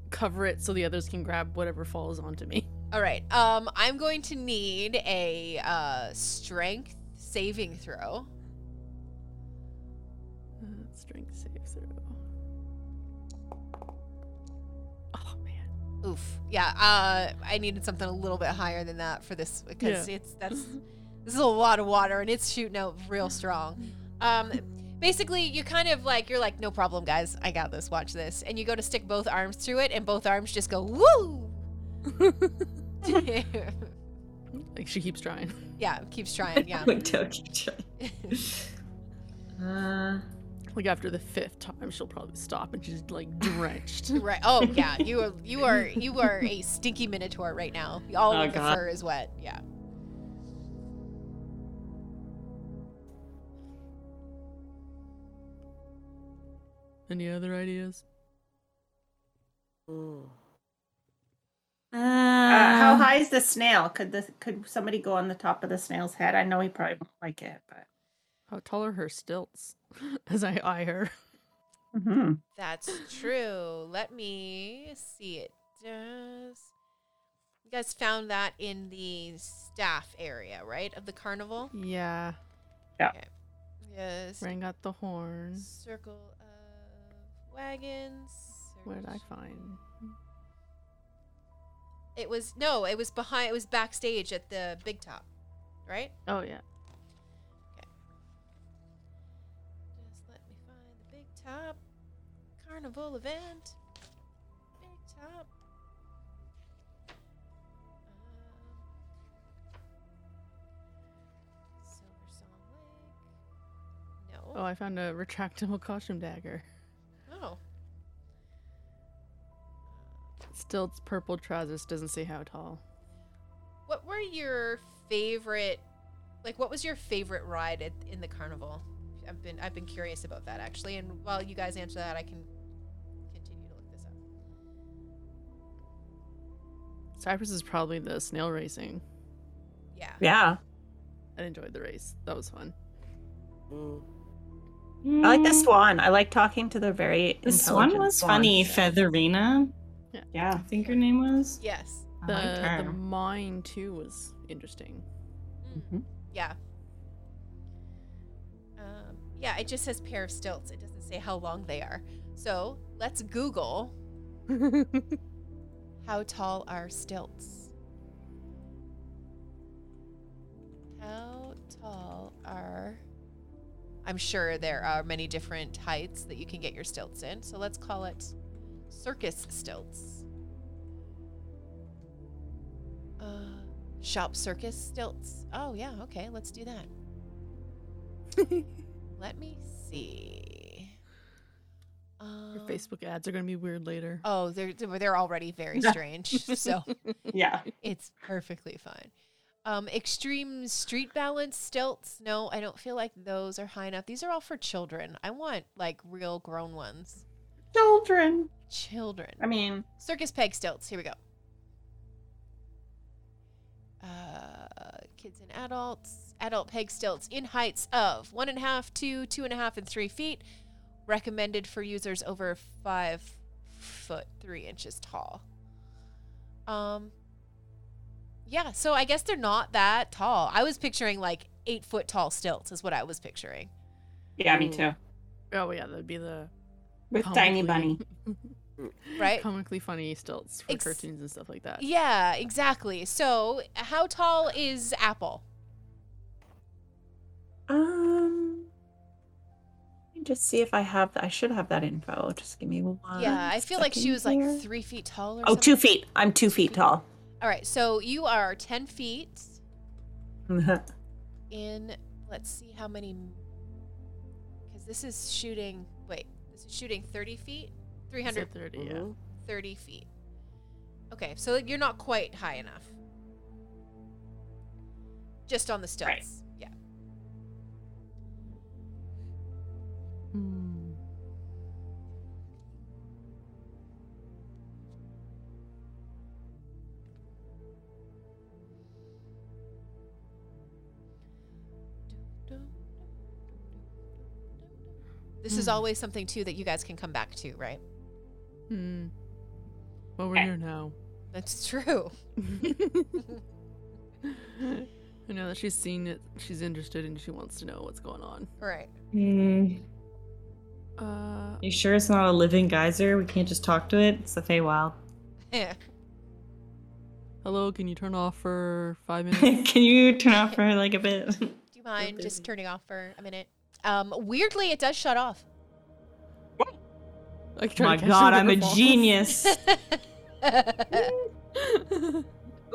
Speaker 3: cover it so the others can grab whatever falls onto me.
Speaker 1: All right. Um. I'm going to need a uh strength saving throw.
Speaker 3: Uh, Strength save throw. Oh man.
Speaker 1: Oof. Yeah. Uh. I needed something a little bit higher than that for this because it's that's This is a lot of water and it's shooting out real strong. Um, basically, you kind of like, you're like, no problem, guys. I got this. Watch this. And you go to stick both arms through it and both arms just go, woo!
Speaker 3: Like she keeps trying.
Speaker 1: yeah, keeps trying. Yeah.
Speaker 6: Like Tokyo. uh,
Speaker 3: Like after the fifth time, she'll probably stop and she's like drenched.
Speaker 1: Right. Oh yeah. You are you are you are a stinky minotaur right now. All
Speaker 6: Oh,
Speaker 1: of the
Speaker 6: God.
Speaker 1: fur is wet. Yeah.
Speaker 3: Any other ideas?
Speaker 4: Mm.
Speaker 2: Uh, how high is the snail? Could this could somebody go on the top of the snail's head? I know he probably won't like it, but
Speaker 3: How tall are her stilts? As I eye her.
Speaker 2: Mhm.
Speaker 1: That's true. Let me see it. Does you guys found that in the staff area, right, of the carnival?
Speaker 3: Yeah.
Speaker 1: Yes.
Speaker 3: Rang got the horn.
Speaker 1: Circle of wagons.
Speaker 3: What did I
Speaker 1: search-
Speaker 3: find?
Speaker 1: It was no. It was behind. It was backstage at the big top, right?
Speaker 3: Oh yeah.
Speaker 1: Just let me find the big top carnival event. Big top. Um, Silver Song Lake.
Speaker 3: Oh,
Speaker 1: No.
Speaker 3: I found a retractable costume dagger.
Speaker 1: Oh.
Speaker 3: Stilts, purple trousers. Doesn't say how tall.
Speaker 1: What were your favorite? Like, what was your favorite ride at, in the carnival? I've been I've been curious about that actually. And while you guys answer that, I can continue to look this up.
Speaker 3: Cypress is probably the snail racing.
Speaker 1: Yeah.
Speaker 2: yeah,
Speaker 3: I enjoyed the race. That was fun.
Speaker 4: Mm.
Speaker 2: I like the swan. I like talking to the very.
Speaker 6: mm, This one
Speaker 2: intelligent
Speaker 6: was
Speaker 2: swan.
Speaker 6: funny. Featherina, I
Speaker 2: Yeah,
Speaker 6: think her name was.
Speaker 1: Yes.
Speaker 6: I
Speaker 3: The,
Speaker 6: liked her.
Speaker 3: the mine too was interesting.
Speaker 1: Mm. Yeah. Um, yeah, it just says pair of stilts. It doesn't say how long they are. So let's Google how tall are stilts. How tall are. I'm sure there are many different heights that you can get your stilts in. So let's call it circus stilts. Uh, shop circus stilts. Oh, yeah. Okay. Let's do that. Let me see.
Speaker 3: Your
Speaker 1: Um,
Speaker 3: Facebook ads are gonna be weird later.
Speaker 1: Oh, they're they're already very strange, so
Speaker 6: yeah.
Speaker 1: it's perfectly fine. Um, extreme street balance stilts. No, I don't feel like those are high enough. These are all for children. I want like real grown ones.
Speaker 2: children.
Speaker 1: Children.
Speaker 2: I mean,
Speaker 1: Circus peg stilts. Here we go. Uh, kids and adults. Adult peg stilts in heights of one and a half, two, two and a half, and three feet. Recommended for users over five foot three inches tall. Um. Yeah, so I guess they're not that tall. I was picturing like eight foot tall stilts is what I was picturing.
Speaker 2: yeah, me
Speaker 4: Mm.
Speaker 2: too.
Speaker 3: Oh yeah, that'd be the
Speaker 2: With tiny bunny.
Speaker 3: comically-
Speaker 1: Right?
Speaker 3: Comically funny stilts for
Speaker 1: Ex-
Speaker 3: cartoons and stuff like that.
Speaker 1: Yeah, exactly. So how tall is Apple?
Speaker 2: Um, let me just see if I have. I should have that info. Just give me one.
Speaker 1: Yeah, I feel like she
Speaker 2: Uh-huh. second
Speaker 1: was like
Speaker 2: here.
Speaker 1: three feet tall or
Speaker 2: Oh,
Speaker 1: something.
Speaker 2: two feet. I'm two feet tall.
Speaker 1: All right, so you are 10 feet
Speaker 2: Oh,
Speaker 1: in, let's see how many, because this is shooting, wait, this is shooting 30 feet?
Speaker 3: So
Speaker 1: 330
Speaker 3: 30, yeah.
Speaker 4: Mhm.
Speaker 1: feet. Okay, so you're not quite high enough. Just on the stilts.
Speaker 2: Right.
Speaker 1: Yeah.
Speaker 2: Mm-hmm.
Speaker 3: Hmm.
Speaker 1: This is
Speaker 3: Hmm.
Speaker 1: always something, too, that you guys can come back to, right?
Speaker 3: Hmm. Well, we're
Speaker 2: Okay.
Speaker 3: here now.
Speaker 1: That's true.
Speaker 3: I know that she's seen it. She's interested and she wants to know what's going on.
Speaker 1: Right.
Speaker 6: Mm,
Speaker 3: Uh,
Speaker 6: you sure it's not a living geyser? We can't just talk to it. It's the Feywild.
Speaker 1: Yeah.
Speaker 3: hello, can you turn off for five minutes?
Speaker 6: Can you turn off for like a bit?
Speaker 1: Do you mind just turning off for a minute? Um, weirdly, it does shut off.
Speaker 3: Like, try
Speaker 6: My
Speaker 3: to catch
Speaker 6: God,
Speaker 3: you
Speaker 6: I'm a
Speaker 3: with the phone.
Speaker 6: genius.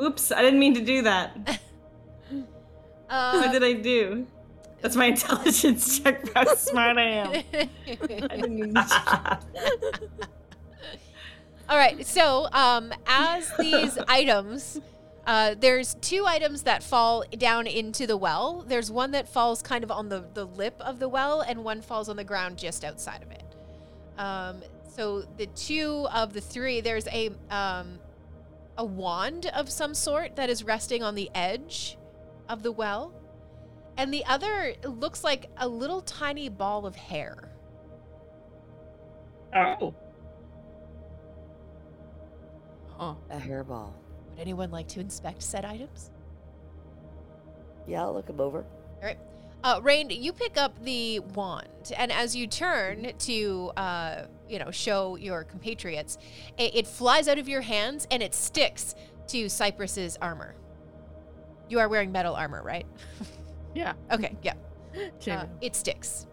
Speaker 6: Oops, I didn't mean to do that. What
Speaker 1: Um,
Speaker 6: did I do? That's my intelligence check. for How smart I am. I didn't mean to.
Speaker 1: All right. So, um, as these items, uh, there's two items that fall down into the well. There's one that falls kind of on the, the lip of the well, and one falls on the ground just outside of it. Um, so the two of the three, there's a um, a wand of some sort that is resting on the edge of the well, and the other looks like a little tiny ball of hair.
Speaker 2: Oh.
Speaker 3: Huh.
Speaker 4: A hairball.
Speaker 1: Would anyone like to inspect said items?
Speaker 4: Yeah, I'll look him over.
Speaker 1: Uh, Rain, you pick up the wand, and as you turn to, uh, you know, show your compatriots, it, it flies out of your hands and it sticks to Cypress's armor. You are wearing metal armor, right?
Speaker 3: Yeah.
Speaker 1: Okay, yeah. Uh,
Speaker 3: Jamie.
Speaker 1: it sticks.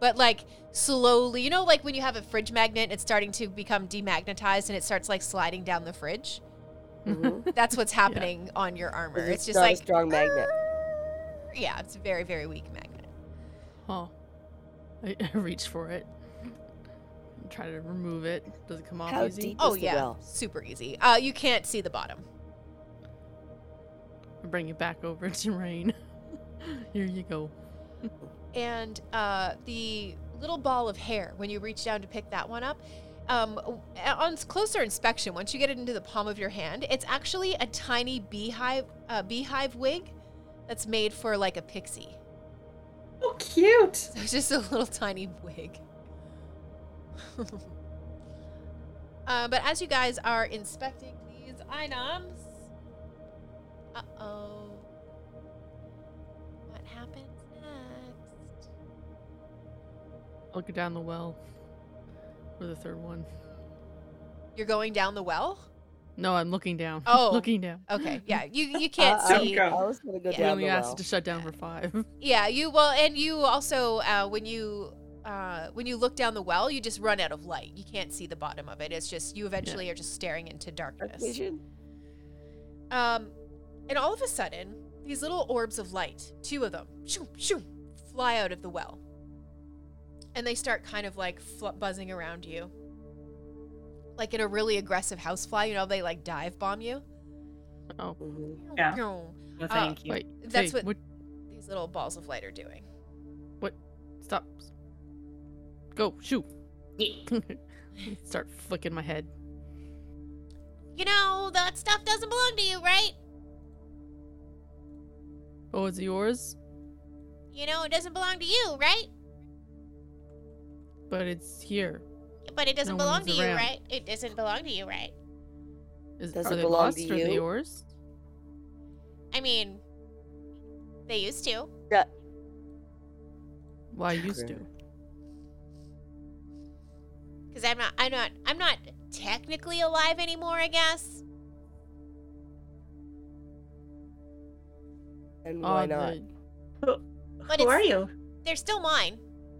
Speaker 1: But like slowly, you know, like when you have a fridge magnet, it's starting to become demagnetized and it starts like sliding down the fridge.
Speaker 4: Mm-hmm.
Speaker 1: That's what's happening on your armor. It's, just
Speaker 4: not
Speaker 1: like "Ah,
Speaker 4: a strong magnet.
Speaker 1: yeah, it's a very very weak magnet.
Speaker 3: Huh. Oh. I, I reach for it. Try to remove it. Does it come off
Speaker 4: How
Speaker 3: easy?
Speaker 4: deep-
Speaker 1: Oh
Speaker 4: Just the
Speaker 1: yeah,
Speaker 4: well.
Speaker 1: super easy. Uh, you can't see the bottom.
Speaker 3: I bring it back over to Rain. Here you go.
Speaker 1: And uh, the little ball of hair, when you reach down to pick that one up, um, w- on s- closer inspection, once you get it into the palm of your hand, it's actually a tiny beehive uh, beehive wig that's made for like a pixie.
Speaker 2: Oh, cute.
Speaker 1: So it's just a little tiny wig. uh, but as you guys are inspecting these items, uh oh, what happens next?
Speaker 3: I'll go down the well for the third one.
Speaker 1: You're going down the well.
Speaker 3: No, I'm looking down.
Speaker 1: Oh.
Speaker 3: looking down.
Speaker 1: Okay, yeah, you you can't
Speaker 4: I,
Speaker 1: see.
Speaker 4: I was gonna go
Speaker 1: Yeah.
Speaker 3: We
Speaker 4: down the
Speaker 3: only asked
Speaker 4: well.
Speaker 3: it to shut down for five.
Speaker 1: Yeah, you well, and you also uh, when you uh, when you look down the well, you just run out of light. You can't see the bottom of it. It's just you eventually are just staring into darkness.
Speaker 4: Vision?
Speaker 1: Um, and all of a sudden, these little orbs of light, two of them, shoo, shoo, fly out of the well. And they start kind of like fl- buzzing around you. Like in a really aggressive housefly, you know, they like dive bomb you.
Speaker 4: Mhm.
Speaker 2: Yeah.
Speaker 6: No, Oh,
Speaker 1: Uh,
Speaker 6: thank you.
Speaker 3: Wait,
Speaker 1: That's
Speaker 3: hey,
Speaker 1: what- These little balls of light are doing.
Speaker 3: Stop. Go shoot. Start flicking my head.
Speaker 1: You know, that stuff doesn't belong to you, right?
Speaker 3: Oh, is it yours?
Speaker 1: You know, it doesn't belong to you, right?
Speaker 3: But it's here.
Speaker 1: But it
Speaker 3: doesn't No one belong moves to you, around. right?
Speaker 1: It doesn't belong to you, right?
Speaker 3: Is,
Speaker 4: Does
Speaker 3: are
Speaker 4: it
Speaker 3: they
Speaker 4: belong
Speaker 3: lost
Speaker 4: to
Speaker 3: or are they
Speaker 4: you?
Speaker 3: yours?
Speaker 1: I mean, they used to.
Speaker 3: Well, I used to.
Speaker 4: Grim.
Speaker 1: Because I'm not, I'm not, I'm not technically alive anymore, I guess.
Speaker 4: And why
Speaker 3: Oh,
Speaker 4: not?
Speaker 3: the-
Speaker 1: But
Speaker 2: Who
Speaker 1: it's-
Speaker 2: are you?
Speaker 1: They're still mine.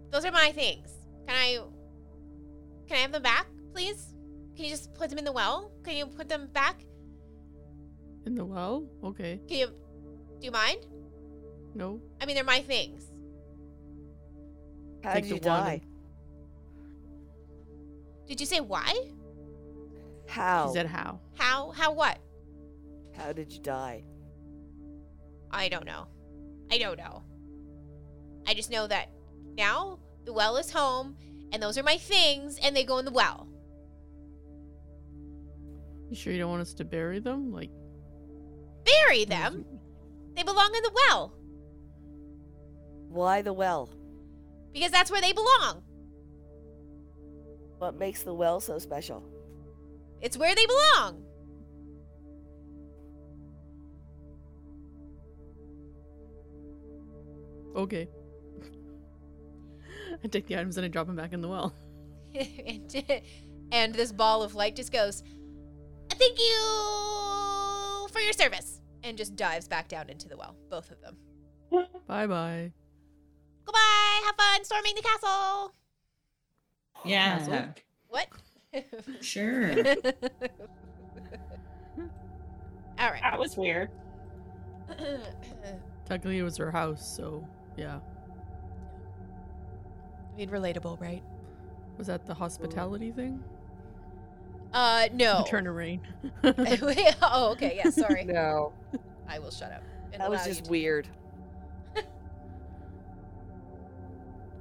Speaker 1: Those are my things. Can I can I have them back, please? Can you just put them in the well? Can you put them back?
Speaker 3: in the well? Okay.
Speaker 1: Can you do you mind?
Speaker 3: No.
Speaker 1: I mean, they're my things.
Speaker 4: How
Speaker 3: Take
Speaker 4: did
Speaker 3: the
Speaker 4: you
Speaker 3: wand
Speaker 4: die?
Speaker 3: and-
Speaker 1: Did you say why?
Speaker 4: How?
Speaker 3: She said how?
Speaker 1: How? How what?
Speaker 4: How did you die?
Speaker 1: I don't know. I don't know. I just know that now the well is home and those are my things and they go in the well.
Speaker 3: You sure you don't want us to bury them? Like
Speaker 1: Bury them. They belong in the well
Speaker 4: Why the well?
Speaker 1: because that's where they belong.
Speaker 4: What makes the well so special?
Speaker 1: It's where they belong.
Speaker 3: okay. I take the items and I drop them back in the well.
Speaker 1: and, and this ball of light just goes, I think you for your service. And just dives back down into the well, both of them.
Speaker 3: Bye bye.
Speaker 1: Goodbye. Have fun storming the castle.
Speaker 6: Yeah.
Speaker 1: What?
Speaker 6: Sure.
Speaker 1: All right.
Speaker 2: That was weird.
Speaker 1: I
Speaker 3: Technically, it was her house, so yeah.
Speaker 1: mean, relatable, right?
Speaker 3: Was that the hospitality thing?
Speaker 1: Uh, no.
Speaker 3: Turn to rain.
Speaker 1: oh, okay. Yeah. Sorry.
Speaker 4: No.
Speaker 1: I will shut up. And
Speaker 4: That was
Speaker 1: allow you
Speaker 4: just
Speaker 1: to-
Speaker 4: weird.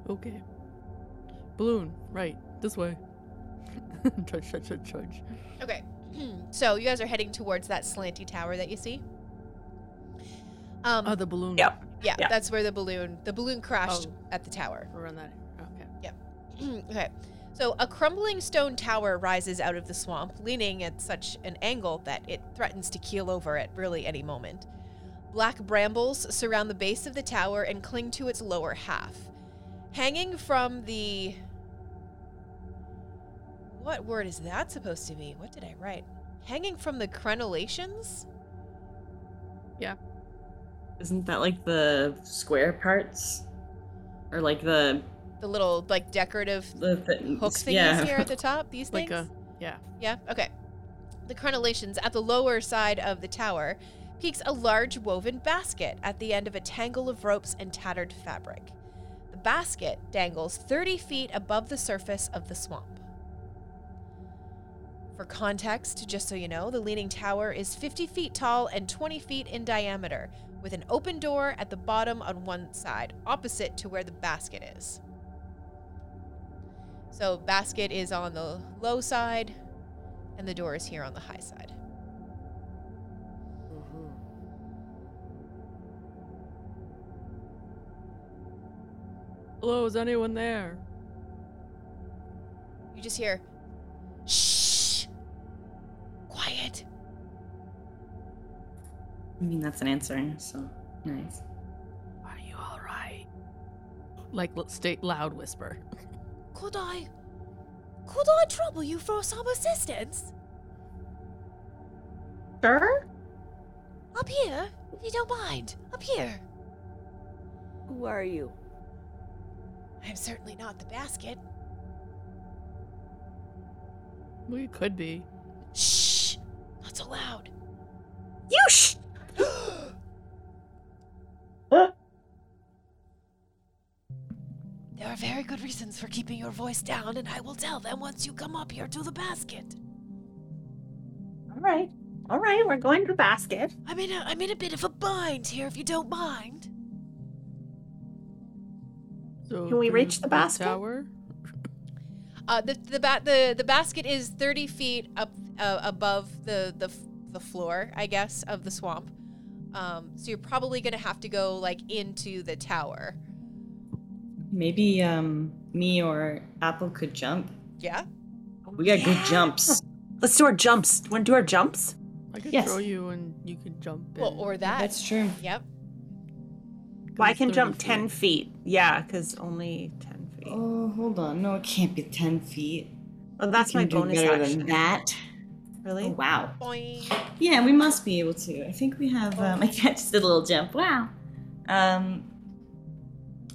Speaker 3: okay. Balloon, right, this way. trudge, trudge, trudge, trudge.
Speaker 1: Okay. so you guys are heading towards that slanty tower that you see. Um.
Speaker 3: Oh, the balloon.
Speaker 2: Yep.
Speaker 1: yeah,
Speaker 2: yeah.
Speaker 1: That's where the balloon. The balloon crashed
Speaker 3: Oh.
Speaker 1: at the tower.
Speaker 3: Around that. Okay.
Speaker 1: Mm, okay. So a crumbling stone tower rises out of the swamp, leaning at such an angle that it threatens to keel over at really any moment. Black brambles surround the base of the tower and cling to its lower half. Hanging from the. What word is that supposed to be? What did I write? Hanging from the crenellations?
Speaker 6: Isn't that like the square parts? Or like the
Speaker 1: The little, like, decorative
Speaker 6: the things.
Speaker 1: hook thingies
Speaker 6: yeah.
Speaker 1: here at the top? These things?
Speaker 3: Like a. Yeah.
Speaker 1: Yeah, okay. The crenellations at the lower side of the tower peaks a large woven basket at the end of a tangle of ropes and tattered fabric. The basket dangles 30 feet above the surface of the swamp. For context, just so you know, the leaning tower is 50 feet tall and 20 feet in diameter, with an open door at the bottom on one side, opposite to where the basket is. So, basket is on the low side, and the door is here on the high side.
Speaker 3: Hello, is anyone there?
Speaker 1: You just hear, shh, quiet.
Speaker 6: I mean that's an answer, so nice.
Speaker 3: Are you all right? Like, l- state loud whisper.
Speaker 1: Could I, could I trouble you for some assistance?
Speaker 2: Sure.
Speaker 1: Up here, if you don't mind. Up here.
Speaker 4: Who are you?
Speaker 1: I'm certainly not the basket.
Speaker 3: We could be.
Speaker 1: Shh, not so loud.
Speaker 2: You sh-
Speaker 1: There are very good reasons for keeping your voice down, and I will tell them once you come up here to the basket.
Speaker 2: All right. All right. We're going to the basket.
Speaker 1: I'm in a, I'm in a bit of a bind here, if you don't mind.
Speaker 3: So
Speaker 2: Can we
Speaker 3: through
Speaker 2: reach the basket?
Speaker 3: Tower?
Speaker 1: Uh, the the ba- the the basket is thirty feet up uh, above the the f- the floor, I guess, of the swamp. Um, so you're probably gonna have to go like into the tower.
Speaker 6: Maybe um me or Apple could jump.
Speaker 1: Yeah.
Speaker 6: We got good jumps.
Speaker 2: Let's do our jumps. Want to do our jumps?
Speaker 3: I could
Speaker 6: Yes.
Speaker 3: throw you and you could jump in.
Speaker 1: Well, or that.
Speaker 6: That's true.
Speaker 1: yep.
Speaker 2: Well, I
Speaker 3: it's
Speaker 2: can
Speaker 3: 30
Speaker 2: jump
Speaker 3: feet.
Speaker 2: 10 feet. Yeah, because only 10 feet.
Speaker 6: Oh, hold on. No, it can't be 10 feet.
Speaker 2: well, Oh, that's
Speaker 6: We
Speaker 2: my
Speaker 6: can do
Speaker 2: bonus
Speaker 6: better
Speaker 2: action.
Speaker 6: than that.
Speaker 2: Really?
Speaker 6: Oh, wow.
Speaker 1: Boing.
Speaker 6: Yeah, we must be able to. I think we have. Um, I can't just did a little jump. Wow. Um,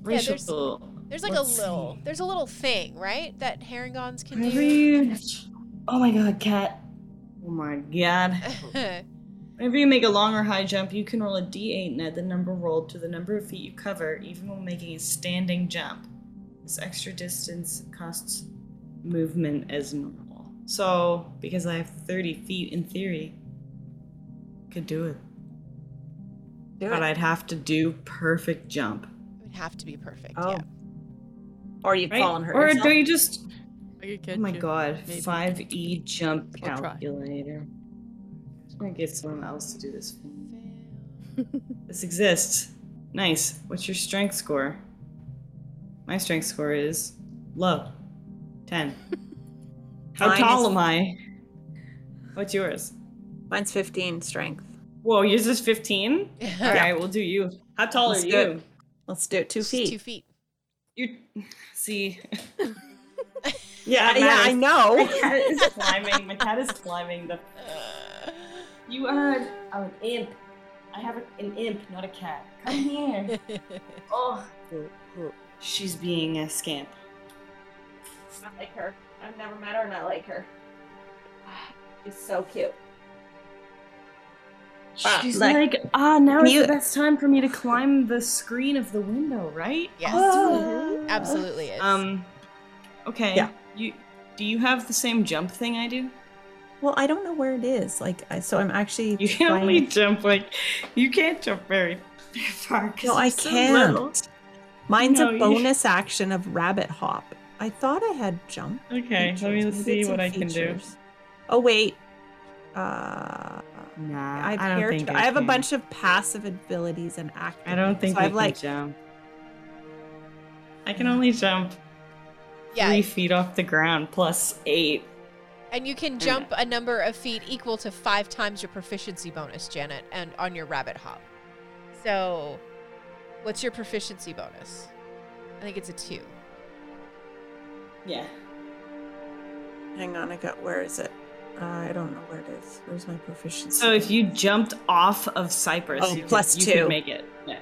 Speaker 1: there's-
Speaker 6: racial.
Speaker 1: There's like
Speaker 6: Let's
Speaker 1: a little.
Speaker 6: see.
Speaker 1: There's a little thing, right? That herringons can
Speaker 6: Whatever
Speaker 1: do.
Speaker 6: you- Oh my god, cat. Oh my god. Whenever you make a long or high jump, you can roll a d8 and add the number rolled to the number of feet you cover, even when making a standing jump. This extra distance costs movement as normal. So, because I have 30 feet in theory, could do it.
Speaker 2: Do
Speaker 6: But
Speaker 2: it.
Speaker 6: I'd have to do perfect jump.
Speaker 1: it would have to be perfect.
Speaker 2: Oh.
Speaker 1: Yeah.
Speaker 2: Or you'd
Speaker 6: Right?
Speaker 2: fall and hurt
Speaker 6: or
Speaker 2: yourself.
Speaker 6: do you just
Speaker 3: I could catch
Speaker 6: Oh my
Speaker 3: you.
Speaker 6: god,
Speaker 3: Maybe.
Speaker 6: 5e jump
Speaker 3: I'll try.
Speaker 6: calculator. I'm gonna get someone else to do this for me. This exists. Nice. What's your strength score? My strength score is low 10. How
Speaker 2: Mine
Speaker 6: tall
Speaker 2: is-
Speaker 6: am I? What's yours?
Speaker 2: Mine's 15 strength.
Speaker 6: Whoa, yours is 15? All right, we'll do you. How tall
Speaker 2: Let's
Speaker 6: are
Speaker 2: do it.
Speaker 6: you?
Speaker 2: Let's do it. Two
Speaker 1: Just
Speaker 2: feet.
Speaker 1: Two feet.
Speaker 6: You see,
Speaker 2: Yeah,
Speaker 6: That
Speaker 2: yeah, I
Speaker 6: matters.
Speaker 2: know.
Speaker 6: my cat is climbing. My cat is climbing the You are an, oh, an imp. I have a, an imp, not a cat. Come here. oh, she's being a scamp.
Speaker 2: I like her. I've never met her and I like her. She's so cute. Ah,
Speaker 6: She's
Speaker 2: look.
Speaker 6: like, ah, now is
Speaker 2: You-
Speaker 6: the best time for me to climb the screen of the window, right?
Speaker 1: Yes.
Speaker 6: Oh.
Speaker 1: Absolutely is.
Speaker 6: Um, okay.
Speaker 2: Yeah.
Speaker 6: You do you have the same jump thing I do?
Speaker 2: Well, I don't know where it is. Like, I, so I'm actually.
Speaker 6: You can
Speaker 2: trying-
Speaker 6: only jump like you can't jump very far. 'cause
Speaker 2: No, I
Speaker 6: you're so
Speaker 2: can't.
Speaker 6: little.
Speaker 2: Mine's
Speaker 6: No,
Speaker 2: a
Speaker 6: you-
Speaker 2: bonus action of rabbit hop. I thought I had jump.
Speaker 6: Okay, let me
Speaker 2: features. Maybe
Speaker 6: see
Speaker 2: it's in
Speaker 6: what I can do.
Speaker 2: features. Oh wait. Uh,
Speaker 6: Nah,
Speaker 2: I've
Speaker 6: I don't
Speaker 2: character-
Speaker 6: think
Speaker 2: I have a
Speaker 6: can.
Speaker 2: bunch of passive abilities and active.
Speaker 6: I don't think
Speaker 2: so
Speaker 6: I
Speaker 2: I've
Speaker 6: can
Speaker 2: like Mm.
Speaker 6: jump. I can only jump
Speaker 1: yeah.
Speaker 6: three feet off the ground plus eight.
Speaker 1: And you can jump a number of feet equal to five times your proficiency bonus, Janet, and on your rabbit hop. So, what's your proficiency bonus? I think it's a two.
Speaker 6: Yeah.
Speaker 2: Hang on, I got. Where is it? Uh, I don't know where it is. Where's my proficiency?
Speaker 6: So if you jumped off of Cyprus,
Speaker 2: Oh,
Speaker 6: you could,
Speaker 2: plus
Speaker 6: you
Speaker 2: two.
Speaker 6: could make it. Yeah.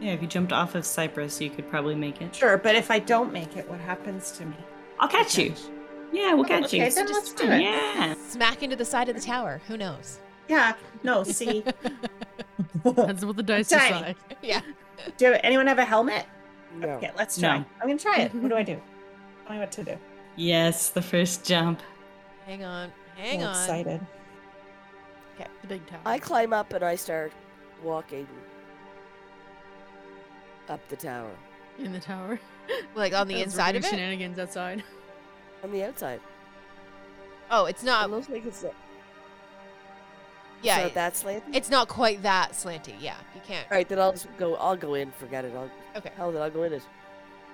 Speaker 6: Yeah, if you jumped off of Cyprus, you could probably make it.
Speaker 2: sure, but if I don't make it, what happens to me?
Speaker 6: I'll catch you. Yeah, we'll catch you.
Speaker 2: okay, then let's do it.
Speaker 6: Yeah.
Speaker 1: Smack into the side of the tower. Who knows?
Speaker 2: Yeah. No. See.
Speaker 3: That's what the dice
Speaker 2: Tiny.
Speaker 3: decide.
Speaker 1: Yeah.
Speaker 2: do anyone have a helmet?
Speaker 4: No.
Speaker 2: Okay, let's
Speaker 6: No.
Speaker 2: try. I'm gonna try it. What do I do? Tell me what to do.
Speaker 6: Yes, the first jump.
Speaker 1: Hang on. Hang
Speaker 2: I'm
Speaker 1: on.
Speaker 2: Excited.
Speaker 3: The big tower.
Speaker 4: I climb up and I start walking up the tower
Speaker 3: in the tower.
Speaker 1: Like on the
Speaker 3: As we're
Speaker 1: inside of
Speaker 3: doing
Speaker 1: it?
Speaker 3: Shenanigans outside.
Speaker 4: on the outside.
Speaker 1: Oh, it's
Speaker 4: it
Speaker 1: not.
Speaker 4: looks like it's not,
Speaker 1: Yeah.
Speaker 4: it's not that slant.
Speaker 1: It's not quite that slanty. Yeah. You can't.
Speaker 4: All right, then I'll just go. I'll go in. Forget it. I'll,
Speaker 1: Okay.
Speaker 4: Hell, then I'll go in it.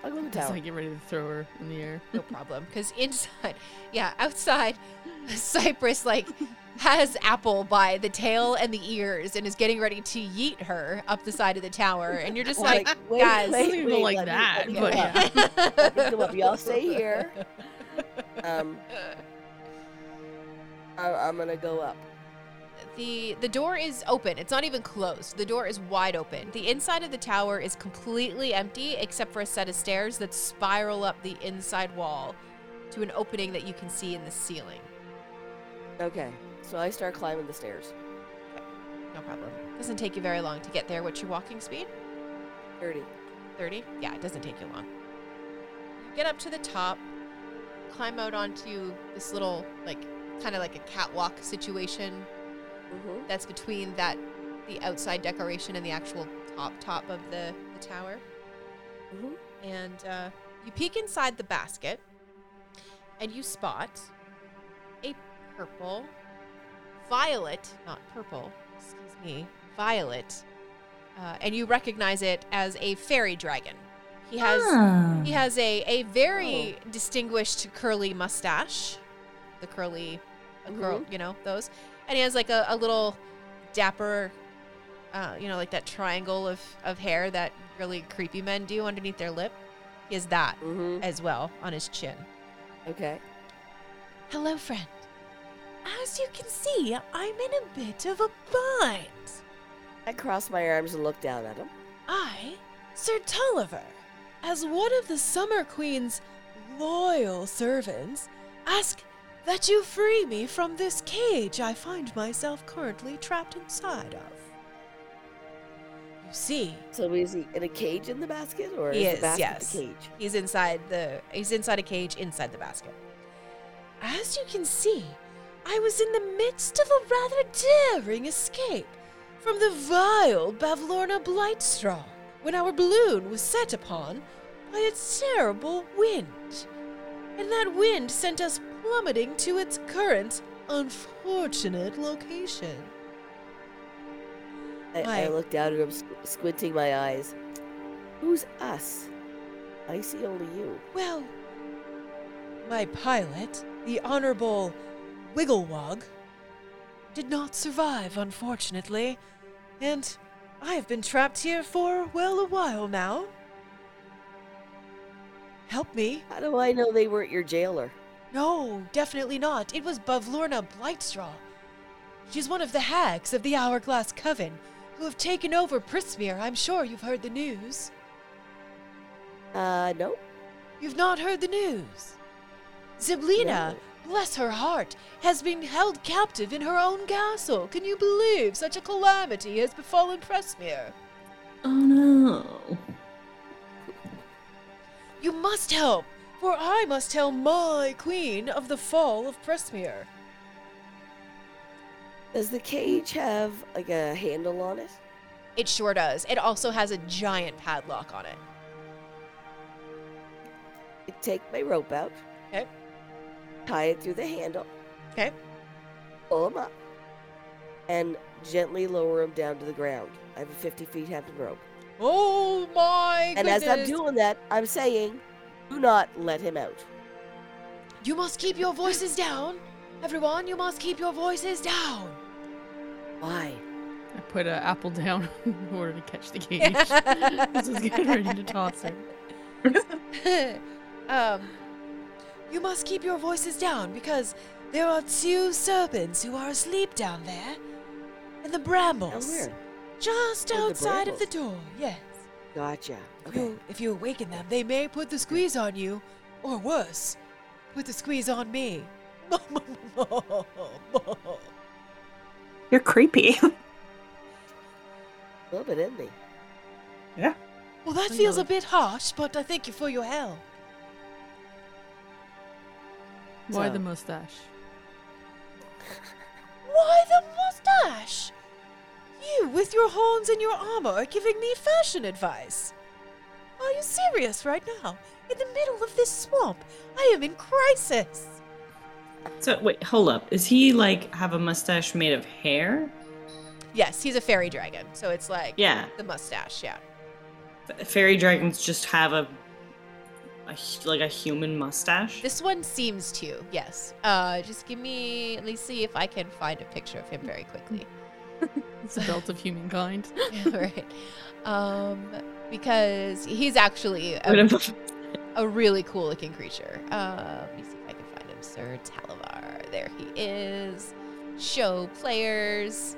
Speaker 4: I'll go in the
Speaker 3: As
Speaker 4: tower.
Speaker 3: I get ready to throw her in the air.
Speaker 1: no problem because inside yeah outside cypress like has apple by the tail and the ears and is getting ready to yeet her up the side of the tower and you're just
Speaker 4: I'm
Speaker 1: like "Ah,
Speaker 4: wait,
Speaker 1: guys.
Speaker 3: Doesn't even go like
Speaker 4: let me-
Speaker 3: that,
Speaker 4: let me
Speaker 3: but
Speaker 4: come up.
Speaker 3: yeah.
Speaker 4: Let me come up. Y'all stay here. Um, I, I'm gonna go up.
Speaker 1: the the door is open it's not even closed the door is wide open the inside of the tower is completely empty except for a set of stairs that spiral up the inside wall to an opening that you can see in the ceiling
Speaker 4: Okay. So I start climbing the stairs.
Speaker 1: no problem doesn't take you very long to get there what's your walking speed
Speaker 4: Thirty.
Speaker 1: 30? Yeah, it doesn't take you long. You get up to the top, climb out onto this little, like, kind of like a catwalk situation
Speaker 4: Mm-hmm.
Speaker 1: that's between that, the outside decoration and the actual top top of the, the tower.
Speaker 4: Mhm.
Speaker 1: And uh, you peek inside the basket, and you spot a purple, violet, not purple, excuse me, violet, uh, and you recognize it as a fairy dragon. He has
Speaker 6: Ah.
Speaker 1: he has a, a very distinguished curly mustache, the curly, a curl, you know those, and he has like a, a little dapper, uh, you know, like that triangle of of hair that really creepy men do underneath their lip. He has that
Speaker 4: Mm-hmm.
Speaker 1: as well on his chin.
Speaker 4: Okay.
Speaker 1: Hello, friend. As you can see, I'm in a bit of a bind.
Speaker 4: I cross my arms and look down at him.
Speaker 1: I, Sir Tulliver, as one of the Summer Queen's loyal servants, ask that you free me from this cage I find myself currently trapped inside of. You see,
Speaker 4: So is he in a cage in the basket, or
Speaker 1: He is,
Speaker 4: is, the basket
Speaker 1: yes.
Speaker 4: the cage?
Speaker 1: He's inside the he's inside a cage inside the basket. As you can see, I was in the midst of a rather daring escape from the vile Bavlorna Blightstraw when our balloon was set upon by its terrible wind. And that wind sent us plummeting to its current unfortunate location.
Speaker 4: I, I
Speaker 1: Right.
Speaker 4: look down at him, squ- squinting my eyes. Who's us? I see only you.
Speaker 1: Well, my pilot, the Honorable Wigglewog, did not survive, unfortunately, and I have been trapped here for, well, a while now. Help me.
Speaker 4: How do I know they weren't your jailer?
Speaker 1: No, definitely not. It was Bavlorna Blightstraw. She's one of the hags of the Hourglass Coven who have taken over Prismere. I'm sure you've heard the news.
Speaker 4: Uh, no.
Speaker 1: You've not heard the news. Ziblina,
Speaker 4: No.
Speaker 1: bless her heart, has been held captive in her own castle. Can you believe such a calamity has befallen Presmere?
Speaker 6: Oh no.
Speaker 1: You must help, for I must tell my queen of the fall of Presmere.
Speaker 4: Does the cage have like a handle on it?
Speaker 1: It sure does. It also has a giant padlock on it.
Speaker 4: I take my rope out,
Speaker 1: Okay.
Speaker 4: tie it through the handle,
Speaker 1: Okay.
Speaker 4: pull him up, and gently lower him down to the ground. I have a 50 feet hempen rope.
Speaker 1: Oh my
Speaker 4: And
Speaker 1: goodness!
Speaker 4: as I'm doing that, I'm saying, do not let him out.
Speaker 1: you must keep your voices down, everyone. You must keep your voices down.
Speaker 4: Why?
Speaker 3: I put an apple down in order to catch the cage. this is getting ready to toss her.
Speaker 1: um, you must keep your voices down because there are two serpents who are asleep down there, and the
Speaker 4: How
Speaker 1: brambles
Speaker 4: weird.
Speaker 1: just
Speaker 4: Oh, the
Speaker 1: outside of the
Speaker 4: brambles.
Speaker 1: door. Yes.
Speaker 4: Gotcha.
Speaker 1: If
Speaker 4: Okay.
Speaker 1: you- If you awaken them, they may put the squeeze on you, or worse, put the squeeze on me.
Speaker 2: You're creepy.
Speaker 4: A little bit in me.
Speaker 1: Well, that
Speaker 3: I
Speaker 1: feels
Speaker 3: know.
Speaker 1: a bit harsh, but I thank you for your help.
Speaker 3: Why the
Speaker 4: So-
Speaker 3: mustache?
Speaker 1: Why the mustache? You, with your horns and your armor, are giving me fashion advice. Are you serious right now? In the middle of this swamp, I am in crisis.
Speaker 6: So wait, hold up. Is he like have a mustache made of hair?
Speaker 1: Yes, he's a fairy dragon, so it's like
Speaker 6: Yeah.
Speaker 1: the mustache, yeah.
Speaker 6: F- Fairy dragons just have a, a hu- like a human mustache.
Speaker 1: This one seems to, yes. Uh, just give me, let me see if I can find a picture of him very quickly.
Speaker 3: It's a belt of humankind.
Speaker 1: right. Um, because he's actually a
Speaker 6: Whatever.
Speaker 1: a really cool looking creature. Uh, let me see if I can find him. Sir Talavar. There he is. Show players.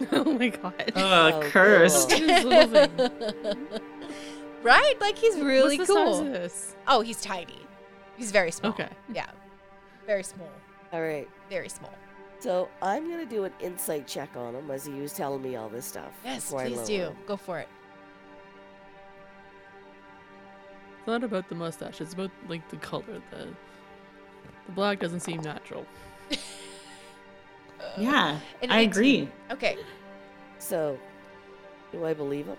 Speaker 3: oh my god.
Speaker 6: Ugh,
Speaker 4: Oh,
Speaker 6: Uh, cursed.
Speaker 4: cool.
Speaker 3: This little thing.
Speaker 1: right? Like he's really
Speaker 3: What's the size of
Speaker 1: cool.
Speaker 3: this?
Speaker 1: Oh, he's tiny. He's very small.
Speaker 3: Okay.
Speaker 1: Yeah. Very small.
Speaker 4: All right.
Speaker 1: Very small.
Speaker 4: So I'm gonna do an insight check on him as he was telling me all this stuff.
Speaker 1: Yes,
Speaker 4: before I
Speaker 1: please
Speaker 4: lower
Speaker 1: do.
Speaker 4: him.
Speaker 1: Go for it.
Speaker 3: It's not about the mustache. It's about like the color. The the black doesn't seem natural.
Speaker 1: Uh,
Speaker 6: Yeah,
Speaker 1: an
Speaker 6: I
Speaker 1: 18.
Speaker 6: agree.
Speaker 1: Okay.
Speaker 4: So, do I believe him?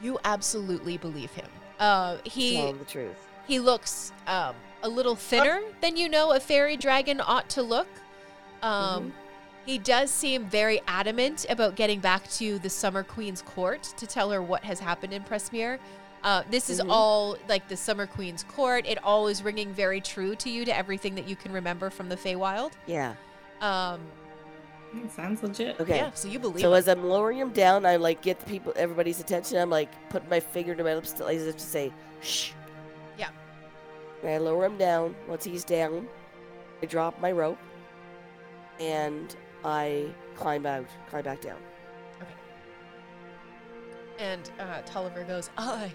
Speaker 1: You absolutely believe him. Uh, he
Speaker 4: Tell him the truth.
Speaker 1: He looks um, a little thinner
Speaker 4: Oh.
Speaker 1: than you know a fairy dragon ought to look. Um,
Speaker 4: Mm-hmm.
Speaker 1: He does seem very adamant about getting back to the Summer Queen's court to tell her what has happened in Presmere. Uh, this is
Speaker 4: Mhm.
Speaker 1: all like the Summer Queen's court. It all is ringing very true to you, to everything that you can remember from the Feywild.
Speaker 4: Yeah.
Speaker 1: Um,
Speaker 6: It sounds legit.
Speaker 4: Okay.
Speaker 1: Yeah, so you believe.
Speaker 4: So
Speaker 1: him.
Speaker 4: as I'm lowering him down, I like get the people, everybody's attention. I'm like putting my finger to my lips to, as if to say, "Shh."
Speaker 1: Yeah.
Speaker 4: And I lower him down. Once he's down, I drop my rope, and I climb out, climb back down.
Speaker 1: And uh, Tolliver goes, I,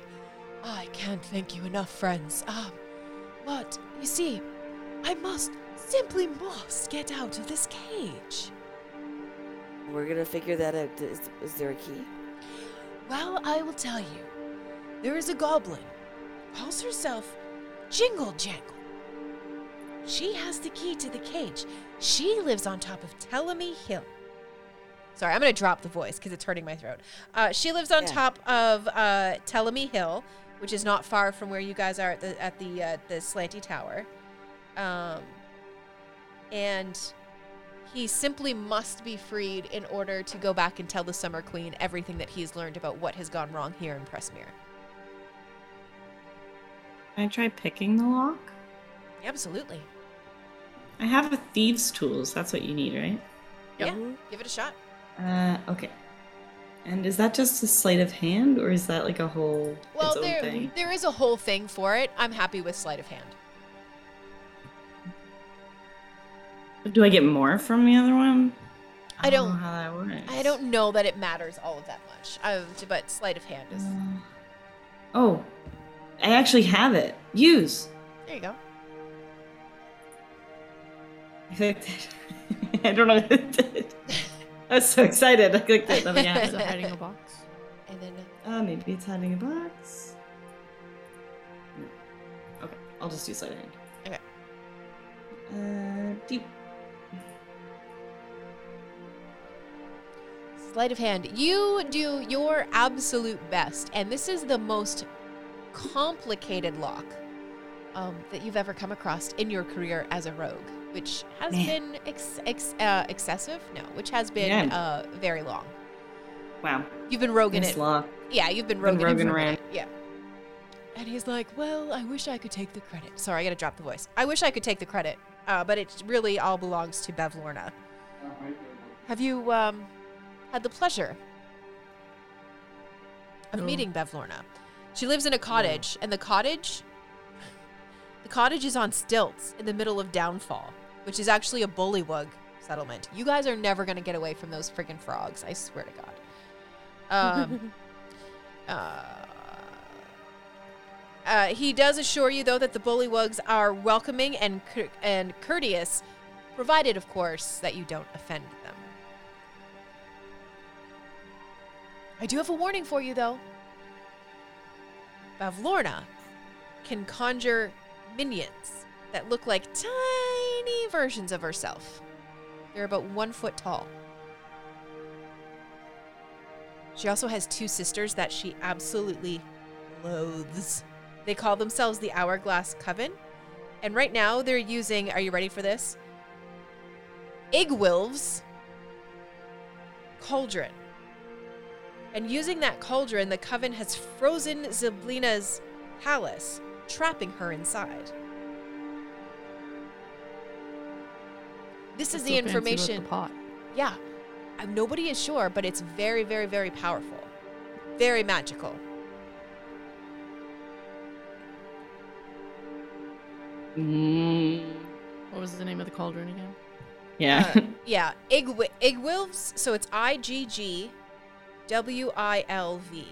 Speaker 1: I can't thank you enough, friends. Um, but you see, I must, simply must get out of this cage.
Speaker 4: We're gonna figure that out. Is, is there a key?
Speaker 1: Well, I will tell you, there is a goblin, calls herself Jingle Jangle. She has the key to the cage. She lives on top of Tellamy Hill. Sorry, I'm going to drop the voice because it's hurting my throat. Uh, she lives on
Speaker 4: Yeah.
Speaker 1: top of uh, Tellamy Hill, which is not far from where you guys are at the at the uh, the Slanty Tower. Um, and he simply must be freed in order to go back and tell the Summer Queen everything that he's learned about what has gone wrong here in Pressmere.
Speaker 6: Can I try picking the lock?
Speaker 1: Absolutely.
Speaker 6: I have a thieves' tools. That's what you need, right?
Speaker 3: Yep.
Speaker 1: Yeah, give it a shot.
Speaker 6: Uh, okay. And is that just a sleight of hand, or is that like a whole
Speaker 1: Well,
Speaker 6: its own
Speaker 1: there
Speaker 6: thing?
Speaker 1: there is a whole thing for it. I'm happy with sleight of hand.
Speaker 6: Do I get more from the other one?
Speaker 1: I don't-
Speaker 6: know how that works.
Speaker 1: I don't know that it matters all of that much. I, but sleight of hand is.
Speaker 6: Uh, oh, I actually have it. Use.
Speaker 1: There you go.
Speaker 6: I clicked it. I don't know what it did. I was so excited. I clicked it. Nothing
Speaker 3: Is
Speaker 6: happened.
Speaker 3: it hiding a box?
Speaker 1: And then
Speaker 6: Uh, maybe it's hiding a box. No. Okay, I'll just do sleight of hand.
Speaker 1: Okay.
Speaker 6: Uh, do
Speaker 1: sleight of hand. You do your absolute best, and this is the most complicated lock um, that you've ever come across in your career as a rogue, which has
Speaker 6: Man.
Speaker 1: been ex- ex- uh, excessive. No, which has been
Speaker 6: Yeah.
Speaker 1: uh, very long.
Speaker 6: wow.
Speaker 1: You've been roguing
Speaker 6: Nice
Speaker 1: it.
Speaker 6: luck.
Speaker 1: Yeah, you've been
Speaker 6: Been
Speaker 1: roguing, it
Speaker 6: roguing
Speaker 1: for a
Speaker 6: around.
Speaker 1: minute. Yeah. And he's like, "Well, I wish I could take the credit. Sorry, I gotta drop the voice. I wish I could take the credit, uh, but it really all belongs to Bev Lorna. Have you um, had the pleasure of
Speaker 3: No.
Speaker 1: meeting Bev Lorna? She lives in a cottage, and the cottage, the cottage is on stilts in the middle of Downfall, which is actually a bullywug settlement. You guys are never gonna get away from those freaking frogs. I swear to God. Um, uh, uh, he does assure you, though, that the bullywugs are welcoming and cour- and courteous, provided, of course, that you don't offend them. I do have a warning for you, though. Bavlorna can conjure minions that look like tiny versions of herself. They're about one foot tall. She also has two sisters that she absolutely loathes. They call themselves the Hourglass Coven. And right now they're using, are you ready for this? Igwilv's cauldron. And using that cauldron, the coven has frozen Ziblina's palace, trapping her inside. This is
Speaker 3: What's
Speaker 1: the
Speaker 3: so fancy about
Speaker 1: information.
Speaker 3: The pot.
Speaker 1: Yeah. Um, nobody is sure, but it's very, very, very powerful. Very magical.
Speaker 6: Mm,
Speaker 3: What was the name of the cauldron again?
Speaker 6: yeah.
Speaker 1: Uh, yeah. Igwi- Igwilvs, so it's I G G W I L V.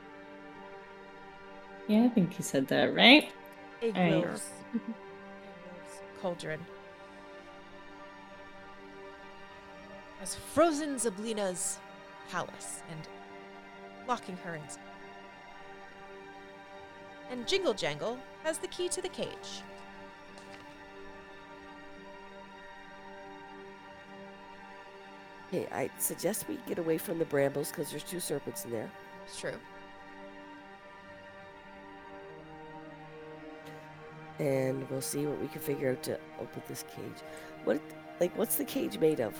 Speaker 6: yeah, I think he said that, right?
Speaker 1: Igwilvs. Igwilvs Cauldron. Has frozen Zablina's palace and locking her in. And Jingle Jangle has the key to the cage.
Speaker 4: Hey, I suggest we get away from the brambles because there's two serpents in there.
Speaker 1: It's true.
Speaker 4: And we'll see what we can figure out to open this cage. What, like, what's the cage made of?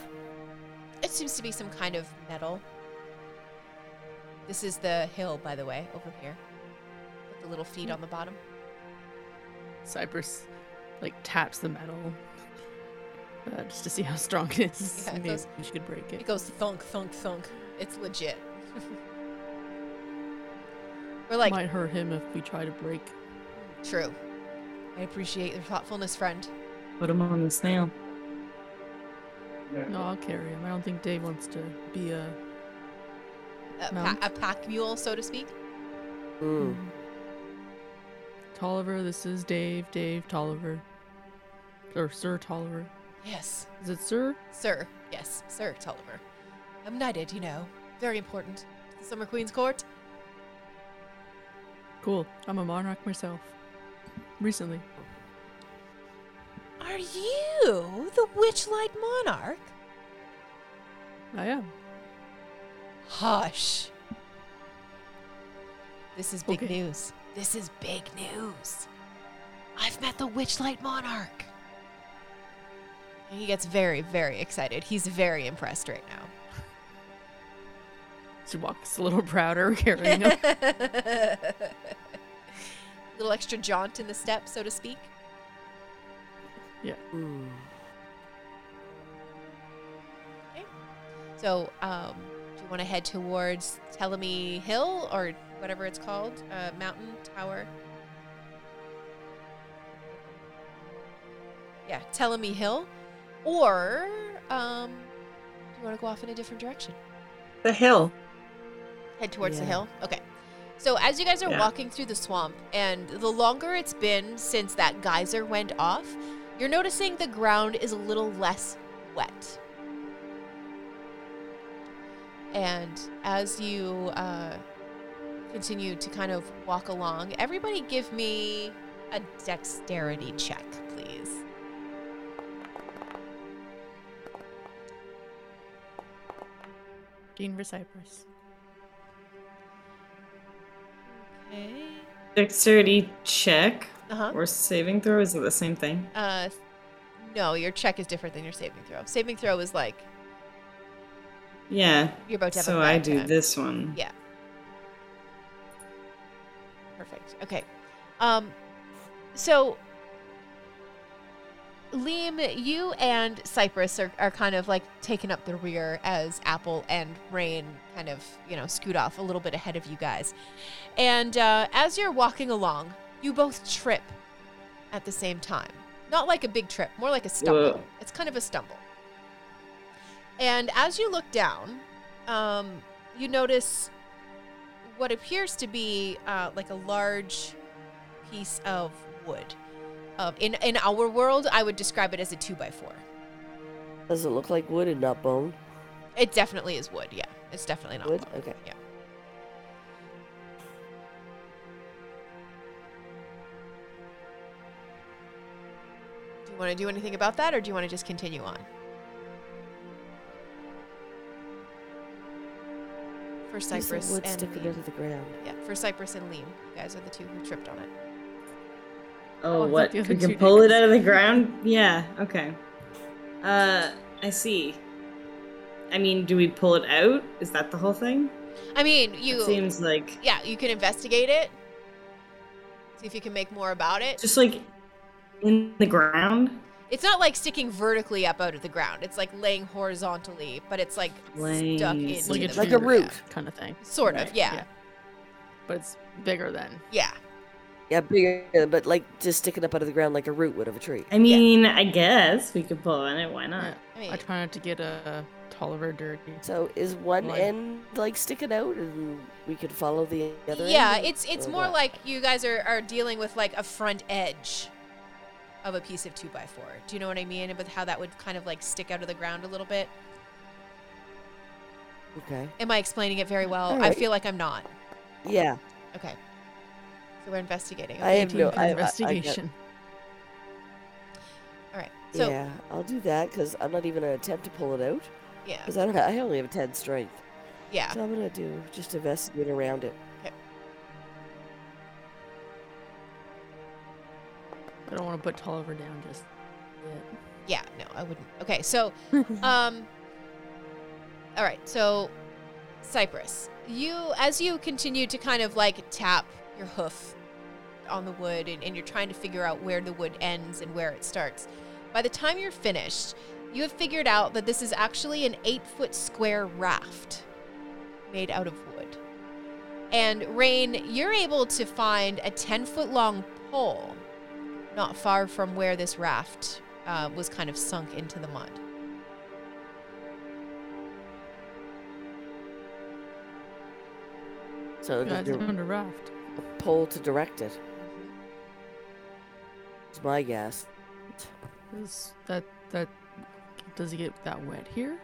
Speaker 1: It seems to be some kind of metal. This is the hill, by the way, over here. With the little feet on the bottom.
Speaker 3: Cypress, like taps the metal, uh, just to see how strong it is.
Speaker 1: Yeah, it
Speaker 3: Maybe
Speaker 1: goes-
Speaker 3: she could break
Speaker 1: It
Speaker 3: it.
Speaker 1: goes thunk, thunk, thunk. It's legit. We're like,
Speaker 3: might hurt him if we try to break.
Speaker 1: true. I appreciate your thoughtfulness, friend.
Speaker 6: Put him on the snail.
Speaker 3: No, I'll carry him. I don't think Dave wants to be a.
Speaker 1: A,
Speaker 3: No.
Speaker 1: pa- a pack mule, so to speak.
Speaker 4: Mm.
Speaker 3: Tolliver, this is Dave. Dave Tolliver, or Sir Tolliver.
Speaker 1: Yes,
Speaker 3: Is it Sir?
Speaker 1: sir. Yes, sir, Tulliver. I'm knighted, you know. Very important. The Summer Queen's Court.
Speaker 3: Cool. I'm a monarch myself. Recently.
Speaker 1: Are you the Witchlight Monarch?
Speaker 3: I am.
Speaker 1: Hush. This is big
Speaker 3: Okay.
Speaker 1: news. This is big news. I've met the Witchlight Monarch. And he gets very, very excited. He's very impressed right now.
Speaker 3: She walks a little prouder carrying him.
Speaker 1: Little extra jaunt in the step, so to speak.
Speaker 4: Mm.
Speaker 1: So, um, do you want to head towards Telemy Hill or whatever it's called? Uh, mountain Tower? Yeah, yeah, Tellamy Hill, or um, do you want to go off in a different direction?
Speaker 2: The hill.
Speaker 1: Head towards the
Speaker 4: Yeah.
Speaker 1: hill? Okay. So as you guys are
Speaker 2: Yeah.
Speaker 1: walking through the swamp, and the longer it's been since that geyser went off, you're noticing the ground is a little less wet. And as you uh, continue to kind of walk along, everybody give me a dexterity check, please.
Speaker 3: Dean for Cyprus.
Speaker 1: Okay.
Speaker 6: Dexterity check
Speaker 1: Uh-huh.
Speaker 6: or saving throw. Is it the same thing?
Speaker 1: Uh, no, your check is different than your saving throw. Saving throw is like
Speaker 6: Yeah.
Speaker 1: you're about to have a
Speaker 6: So
Speaker 1: bad
Speaker 6: I do
Speaker 1: time.
Speaker 6: this one.
Speaker 1: Yeah. Perfect. Okay. Um, so, Liam, you and Cypress are, are kind of like taking up the rear as Apple and Rain kind of, you know, scoot off a little bit ahead of you guys. And uh, as you're walking along, you both trip at the same time. Not like a big trip, more like a stumble.
Speaker 6: Whoa.
Speaker 1: It's kind of a stumble. And as you look down, um, you notice what appears to be uh, like a large piece of wood. Um, in in our world, I would describe it as a two by four.
Speaker 4: Does it look like wood and not bone?
Speaker 1: It definitely is wood. Yeah, it's definitely not
Speaker 4: Wood?
Speaker 1: bone.
Speaker 4: Okay.
Speaker 1: Yeah. Do you want to do anything about that, or do you want to just continue on? For
Speaker 4: Piece of
Speaker 1: Cypress
Speaker 4: wood
Speaker 1: and
Speaker 4: sticking
Speaker 1: Liam.
Speaker 4: out of the ground.
Speaker 1: Yeah, for Cypress and Liam. You guys are the two who tripped on it.
Speaker 3: Oh,
Speaker 6: Oh,
Speaker 3: I thought
Speaker 6: what?
Speaker 3: the
Speaker 6: We
Speaker 3: other two
Speaker 6: can
Speaker 3: did.
Speaker 6: pull it out of the ground? Yeah, okay. Uh, I see. I mean, do we pull it out? Is that the whole thing?
Speaker 1: I mean, you.
Speaker 6: It seems like
Speaker 1: Yeah, you can investigate it. See if you can make more about it.
Speaker 6: just like in the ground.
Speaker 1: It's not like sticking vertically up out of the ground. It's like laying horizontally, but it's like
Speaker 6: Laying
Speaker 1: stuck in
Speaker 6: is
Speaker 3: Like a
Speaker 1: the
Speaker 4: Like a
Speaker 3: tree
Speaker 1: ground.
Speaker 4: root.
Speaker 3: Kind of thing.
Speaker 1: Yeah, Sort of,
Speaker 6: Right,
Speaker 1: yeah.
Speaker 3: But it's bigger than.
Speaker 1: Yeah.
Speaker 4: Yeah, bigger, but like just sticking up out of the ground like a root would of a tree.
Speaker 6: I mean, I guess we could pull on it. Why
Speaker 3: Yeah.
Speaker 6: not?
Speaker 1: I mean,
Speaker 3: I try not to get a Tolliver dirty.
Speaker 4: So is one
Speaker 3: One.
Speaker 4: end like sticking out, and we could follow the other?
Speaker 1: yeah,
Speaker 4: end? Oh,
Speaker 1: it's it's
Speaker 4: Or
Speaker 1: more
Speaker 4: what?
Speaker 1: like you guys are, are dealing with like a front edge of a piece of 2 by 4 Do you know what I mean? About how that would kind of like stick out of the ground a little bit?
Speaker 4: okay.
Speaker 1: Am I explaining it very well? I
Speaker 4: Alright.
Speaker 1: feel like I'm not.
Speaker 4: Yeah,
Speaker 1: Okay. So we're investigating.
Speaker 4: I
Speaker 1: Okay.
Speaker 4: have no.
Speaker 3: Dean for
Speaker 4: I, I, I got-
Speaker 3: investigation.
Speaker 1: All right. So,
Speaker 4: yeah, I'll do that because I'm not even gonna attempt to pull it out
Speaker 1: yeah.
Speaker 4: because I don't. I only have a ten strength,
Speaker 1: Yeah.
Speaker 4: so I'm gonna do just investigate around it.
Speaker 3: I don't want to put Tolliver down just yet.
Speaker 1: Yeah, no, I wouldn't. Okay, so, um, all right, so Cypress, you as you continue to kind of like tap your hoof on the wood and, and you're trying to figure out where the wood ends and where it starts. By the time you're finished, you have figured out that this is actually an eight foot square raft made out of wood. And Rain, you're able to find a 10 foot long pole not far from where this raft uh, was kind of sunk into the mud.
Speaker 4: So
Speaker 3: Yeah, it's
Speaker 4: just
Speaker 3: under raft.
Speaker 4: a pole to direct it. It's my guess.
Speaker 3: Is that that does it get that wet here?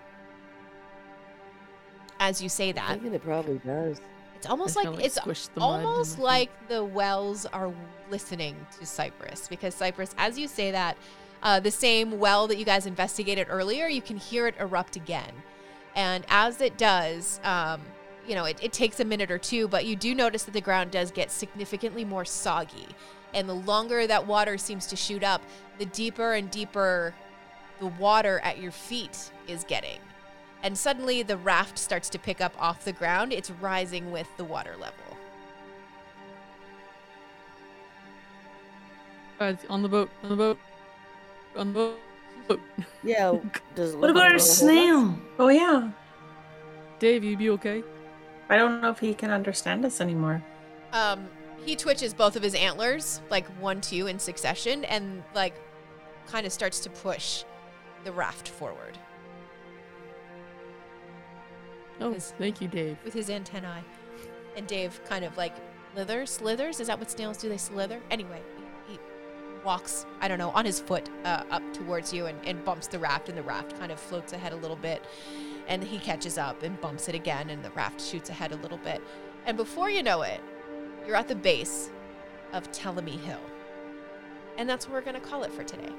Speaker 1: As you say
Speaker 4: I'm
Speaker 1: that,
Speaker 4: thinking it probably does.
Speaker 1: it's almost
Speaker 3: I
Speaker 1: like
Speaker 3: kinda,
Speaker 1: it's
Speaker 3: squish the mud and
Speaker 1: almost
Speaker 3: everything.
Speaker 1: like the wells are listening to Cypress because Cypress, as you say that, uh, the same well that you guys investigated earlier, you can hear it erupt again. And as it does, um, you know, it, it takes a minute or two, but you do notice that the ground does get significantly more soggy. And the longer that water seems to shoot up, the deeper and deeper the water at your feet is getting. And suddenly the raft starts to pick up off the ground. It's rising with the water level.
Speaker 3: Guys, on the boat, on the boat, on the boat. boat.
Speaker 4: Yeah. w- Does it
Speaker 6: What
Speaker 4: look like a
Speaker 6: about our
Speaker 4: little hole?
Speaker 6: snail?
Speaker 2: Oh yeah.
Speaker 3: Dave, you be okay?
Speaker 2: I don't know if he can understand us anymore.
Speaker 1: Um, he twitches both of his antlers, like one, two in succession, and like kind of starts to push the raft forward
Speaker 3: Oh,
Speaker 1: Is-
Speaker 3: thank you, Dave.
Speaker 1: with his antennae. And Dave kind of like slithers, slithers. Is that what snails do? They slither. Anyway, he, he walks. I don't know on his foot uh, up towards you and, and bumps the raft, and the raft kind of floats ahead a little bit, and he catches up and bumps it again, and the raft shoots ahead a little bit, and before you know it, you're at the base of Tellamy Hill, and that's what we're gonna call it for today.